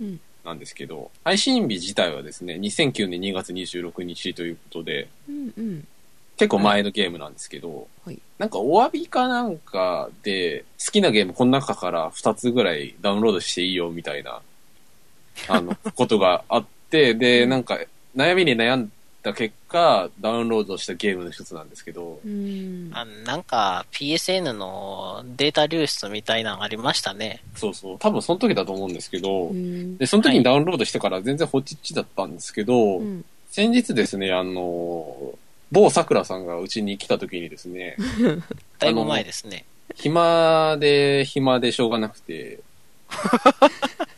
A: うん。
C: なんですけど、配信日自体はですね、2009年2月26日ということで、
A: うんうん。
C: 結構前のゲームなんですけど、
A: はい
C: なんかお詫びかなんかで、好きなゲームこの中から2つぐらいダウンロードしていいよみたいな、
A: *laughs*
C: あの、ことがあって、で、なんか悩みに悩んだ結果、ダウンロードしたゲームの一つなんですけど
A: う、ん。
E: あなんか、PSN のデータ流出みたいなのありましたね。
C: そうそう、多分その時だと思うんですけど
A: う、ん
C: で、その時にダウンロードしてから全然ホチッチだったんですけど、
A: うん。
C: 先日ですね、あの、某桜さんがうちに来た時にですね、
E: だいぶ前ですね。
C: 暇で暇でしょうがなくて、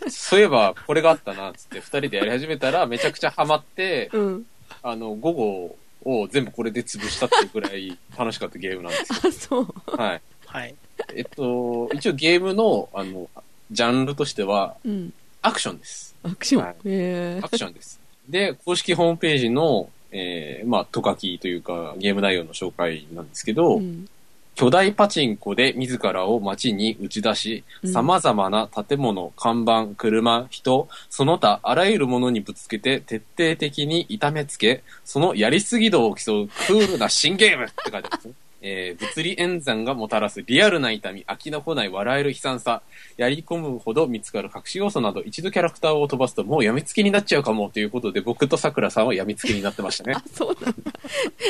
C: そういえばこれがあったな、つって二人でやり始めたらめちゃくちゃハマって、
A: うん。
C: あの、午後を全部これで潰したっていうくらい楽しかったゲームなんですよ。
A: あ、そう。 *laughs*
C: はい。
E: はい。
C: えっと、一応ゲームの、あの、ジャンルとしては、
A: うん。
C: アクションです。
A: アクション。
C: はい
A: え
C: アクションです。で、公式ホームページの、えー、まあ、トカキというか、ゲーム内容の紹介なんですけど、
A: うん
C: 巨大パチンコで自らを街に打ち出し、
A: うん
C: 様々な建物、看板、車、人、その他あらゆるものにぶつけて徹底的に痛めつけ、そのやりすぎ度を競うクールな新ゲームって書いてますね。 *laughs* えー物理演算がもたらすリアルな痛み、飽きのこない笑える悲惨さ、やり込むほど見つかる隠し要素など、一度キャラクターを飛ばすともうやみつきになっちゃうかもということで、僕と桜さんはやみつきになってましたね
A: あ。、そうなんだ。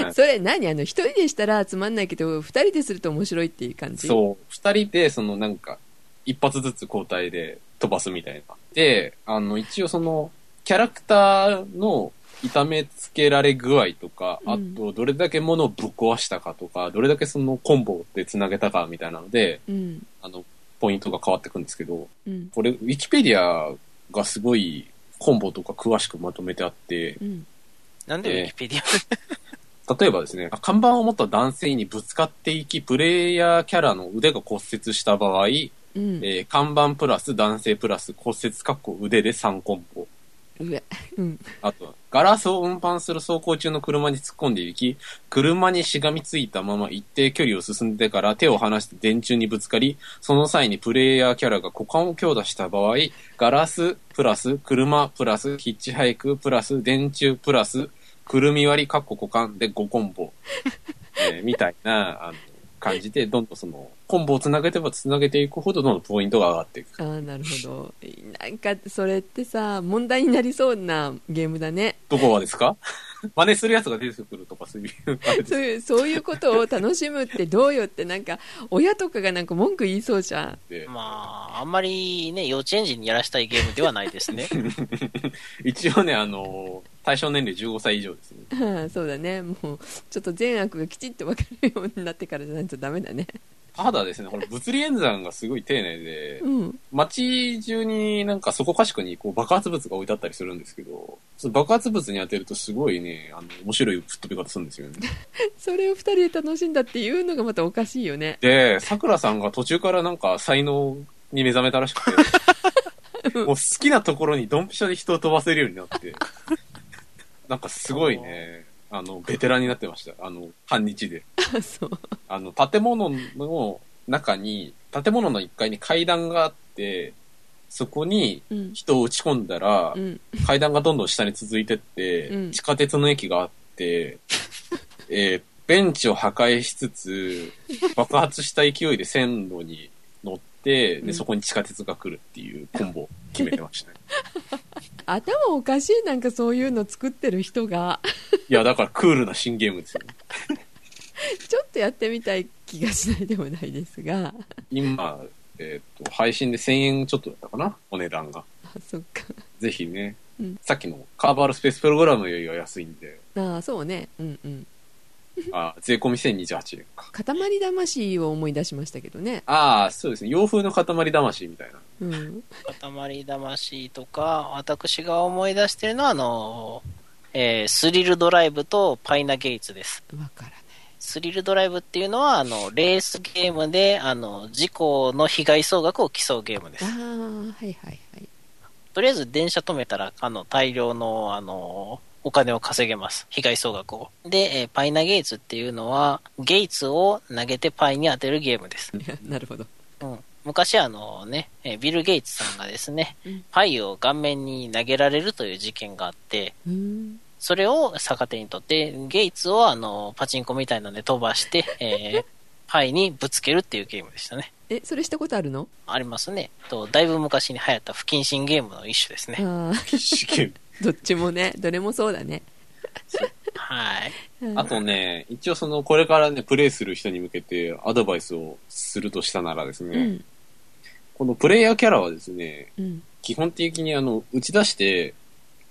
C: は
A: *laughs*
C: い
A: それ何あの、一人でしたらつまんないけど、二人ですると面白いっていう感じ
C: そう、二人で、そのなんか、一発ずつ交代で飛ばすみたいな。で、あの、一応その、キャラクターの痛めつけられ具合とか、
A: う
C: あ
A: ん
C: と、どれだけ物をぶっ壊したかとか、どれだけそのコンボで繋げたかみたいなので、
A: う。うん。
C: あの、ポイントが変わってくんですけど、
A: うん。
C: これ、ウィキペディアがすごい、コンボとか詳しくまとめてあって、
A: うん。
E: なんでウィキペディア
C: 例えばですね、看板を持った男性にぶつかっていき、プレイヤーキャラの腕が骨折した場合、
A: うん。
C: えー看板プラス男性プラス骨折かっこ腕で3コンボ。
A: うわ。うん。
C: あとは、ガラスを運搬する走行中の車に突っ込んでいき、車にしがみついたまま一定距離を進んでから手を離して電柱にぶつかり、その際にプレイヤーキャラが股間を強打した場合、ガラスプラス車プラスヒッチハイクプラス電柱プラスくるみ割りかっこ股間で5コンボ。えーみたいな、あの、感じで、どんどんその、コンボを繋げてば繋げていくほど、どんどんポイントが上がっていく。
A: ああ、なるほど。なんか、それってさ、問題になりそうなゲームだね。
C: どこはですか真似するやつが出てくるとかそういうあれです
A: そういう、そういうことを楽しむってどうよって、なんか、親とかがなんか文句言いそうじゃん。
C: って
E: まあ、あんまりね、幼稚園児にやらしたいゲームではないですね。
C: 一応ね、あの対象年齢15歳以上ですね。
A: うん *laughs* そうだね。もう、ちょっと善悪がきちっと分かるようになってからじゃないとダメだね。
C: ただですね、これ物理演算がすごい丁寧で
A: う、ん。
C: 街中になんかそこかしこにこう爆発物が置いてあったりするんですけど、その爆発物に当てるとすごいね、あの、面白い吹っ飛び方するんですよね。
A: それを二人で楽しんだっていうのがまたおかしいよね。
C: で、桜さんが途中からなんか才能に目覚めたらしくて、もう好きなところにドンピシャで人を飛ばせるようになって、なんかすごいね、あの、ベテランになってました。あの、半日で。
A: あ *laughs* そう。
C: あの、建物の中に、建物の1階に階段があって、そこに
A: うん。
C: 人を打ち込んだら
A: う、ん。
C: 階段がどんどん下に続いてって、
A: うん
C: 地下鉄の駅があって、 *laughs* えーベンチを破壊しつつ、爆発した勢いで線路に乗って、
A: うん
C: で、そこに地下鉄が来るっていうコンボを決めてましたね。 *laughs*
A: 頭おかしいなんかそういうの作ってる人が、 *laughs*
C: いや、だからクールな新ゲームですよね。
A: ちょっとやってみたい気がしないでもないですが。
C: 今、えっと、配信で1000円ちょっとだったかなお値段が。
A: あ、そっか。
C: ぜひね、
A: うん
C: さっきのカーバルスペースプログラムよりは安いんで、
A: ああ、そうね。うんうん。
C: あ税込み1028円か。
A: 塊魂を思い出しましたけどね。
C: ああ、そうですね。洋風の塊魂みた
A: *laughs*
C: いな。
A: うん。
E: 塊魂とか、私が思い出してるのは、あの、えースリルドライブとパイナゲイツです。
A: わからない。
E: スリルドライブっていうのは、あの、レースゲームで、あの、事故の被害総額を競うゲームで
A: あ
E: す。
A: あ、はいはいはい。
E: とりあえず電車止めたら、あの、大量の、あの、お金を稼げます。被害総額を。で、えーパイナゲイツっていうのは、ゲイツを投げてパイに当てるゲームです。
A: いや、 *laughs* なるほど。
E: うん、昔あのね、えービル・ゲイツさんがですね、
A: うん
E: パイを顔面に投げられるという事件があって、
A: うーん。
E: それを逆手にとって、ゲイツをあの、パチンコみたいなので飛ばして、え *laughs* ーパイにぶつけるっていうゲームでしたね。
A: え、それしたことあるの
E: ありますね。と、だいぶ昔に流行った不謹慎ゲームの一種ですね。
A: ああ、
C: 試験。
A: どっちもね、どれもそうだね。
E: はい。
A: うん
C: あとね、一応その、これからね、プレイする人に向けてアドバイスをするとしたならです
A: う
C: ね、
A: ん。
C: このプレイヤーキャラはですね、
A: うん。
C: 基本的にあの、打ち出して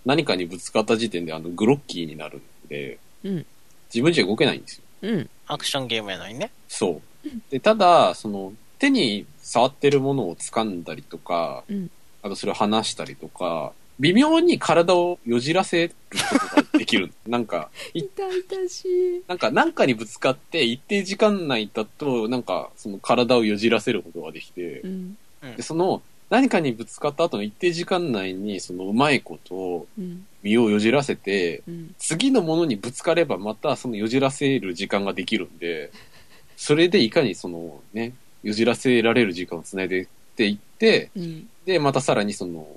C: 何かにぶつかった時点であの、グロッキーになるんで、
A: うん
C: 自分じゃ動けないんですよ。
A: うん。
E: アクションゲームやのにね。
C: そう。で、ただ、その、手に触ってるものを掴んだりとか、
A: うん
C: あとそれを離したりとか、微妙に体をよじらせることができる。 *laughs* なんか、い
A: 痛々しい。
C: なんか、なんかにぶつかって、一定時間内だと、なんか、その体をよじらせることができて
A: う、ん。
C: で、その、何かにぶつかった後の一定時間内に、その、うまいこと、
A: うん。
C: 身をよじらせて、
A: うん。
C: 次のものにぶつかればまたそのよじらせる時間ができるんで、それでいかにそのね、よじらせられる時間をつないでっていって、
A: うん。
C: で、またさらにその、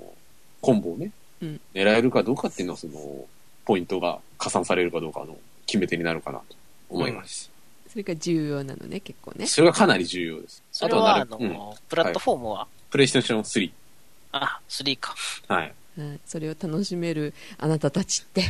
C: コンボをね、
A: うん
C: 狙えるかどうかっていうのはその、ポイントが加算されるかどうかの決め手になるかなと思います。
A: それが重要なのね、結構ね。
C: それがかなり重要です。
E: それは、あ
C: あとはなる
E: の、プラットフォームは、
C: プレイステーション3。
E: あ、3か。
C: はい。
A: はいそれを楽しめるあなたたちって。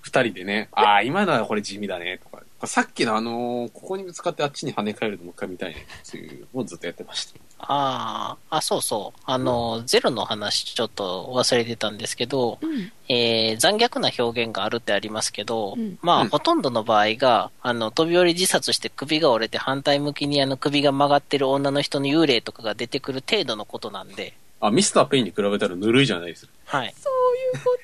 C: 二人でね、ああ、今のはこれ地味だね、とか。さっきのあのーここにぶつかってあっちに跳ね返るのもう一回見たいね、っていうのをずっとやってました。
E: ああ、あ、そうそう。あの、ゼロの話ちょっと忘れてたんですけど、
A: うん。
E: えー残虐な表現があるってありますけど、
A: うん
E: まあ、
C: うん
E: ほとんどの場合が、あの、飛び降り自殺して首が折れて反対向きにあの首が曲がってる女の人の幽霊とかが出てくる程度のことなんで、
C: あ、ミスターペインに比べたらぬるいじゃないですか。
E: はい。
A: そういうこ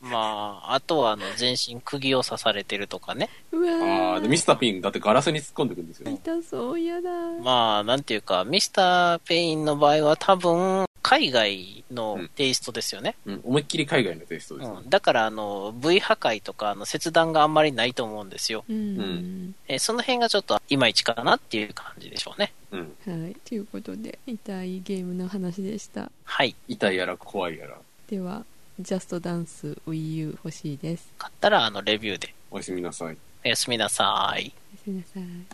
E: まあ、あとはあの、全身釘を刺されてるとかね。
A: と。うわー
C: ああ、で、ミスターペインだってガラスに突っ込んでくるんですよ。
A: 痛そう、嫌だ。
E: まあ、なんていうか、ミスター・ペインの場合は多分、海外のテイストですよね。
C: うん、思いっきり海外のテイストですね。
E: うん、だからあの V 破壊とかあの切断があんまりないと思うんですよ、
A: うん。
E: えーその辺がちょっといまいちかなっていう感じでしょうね
C: うん。
A: はい。ということで、痛いゲームの話でした。
E: はい
C: 痛いやら怖いやら。
A: では、ジャストダンス Wii U 欲しいです。
E: 買ったらあのレビューで
C: おやすみなさい。
E: おやすみなさい
A: おやすみなさい。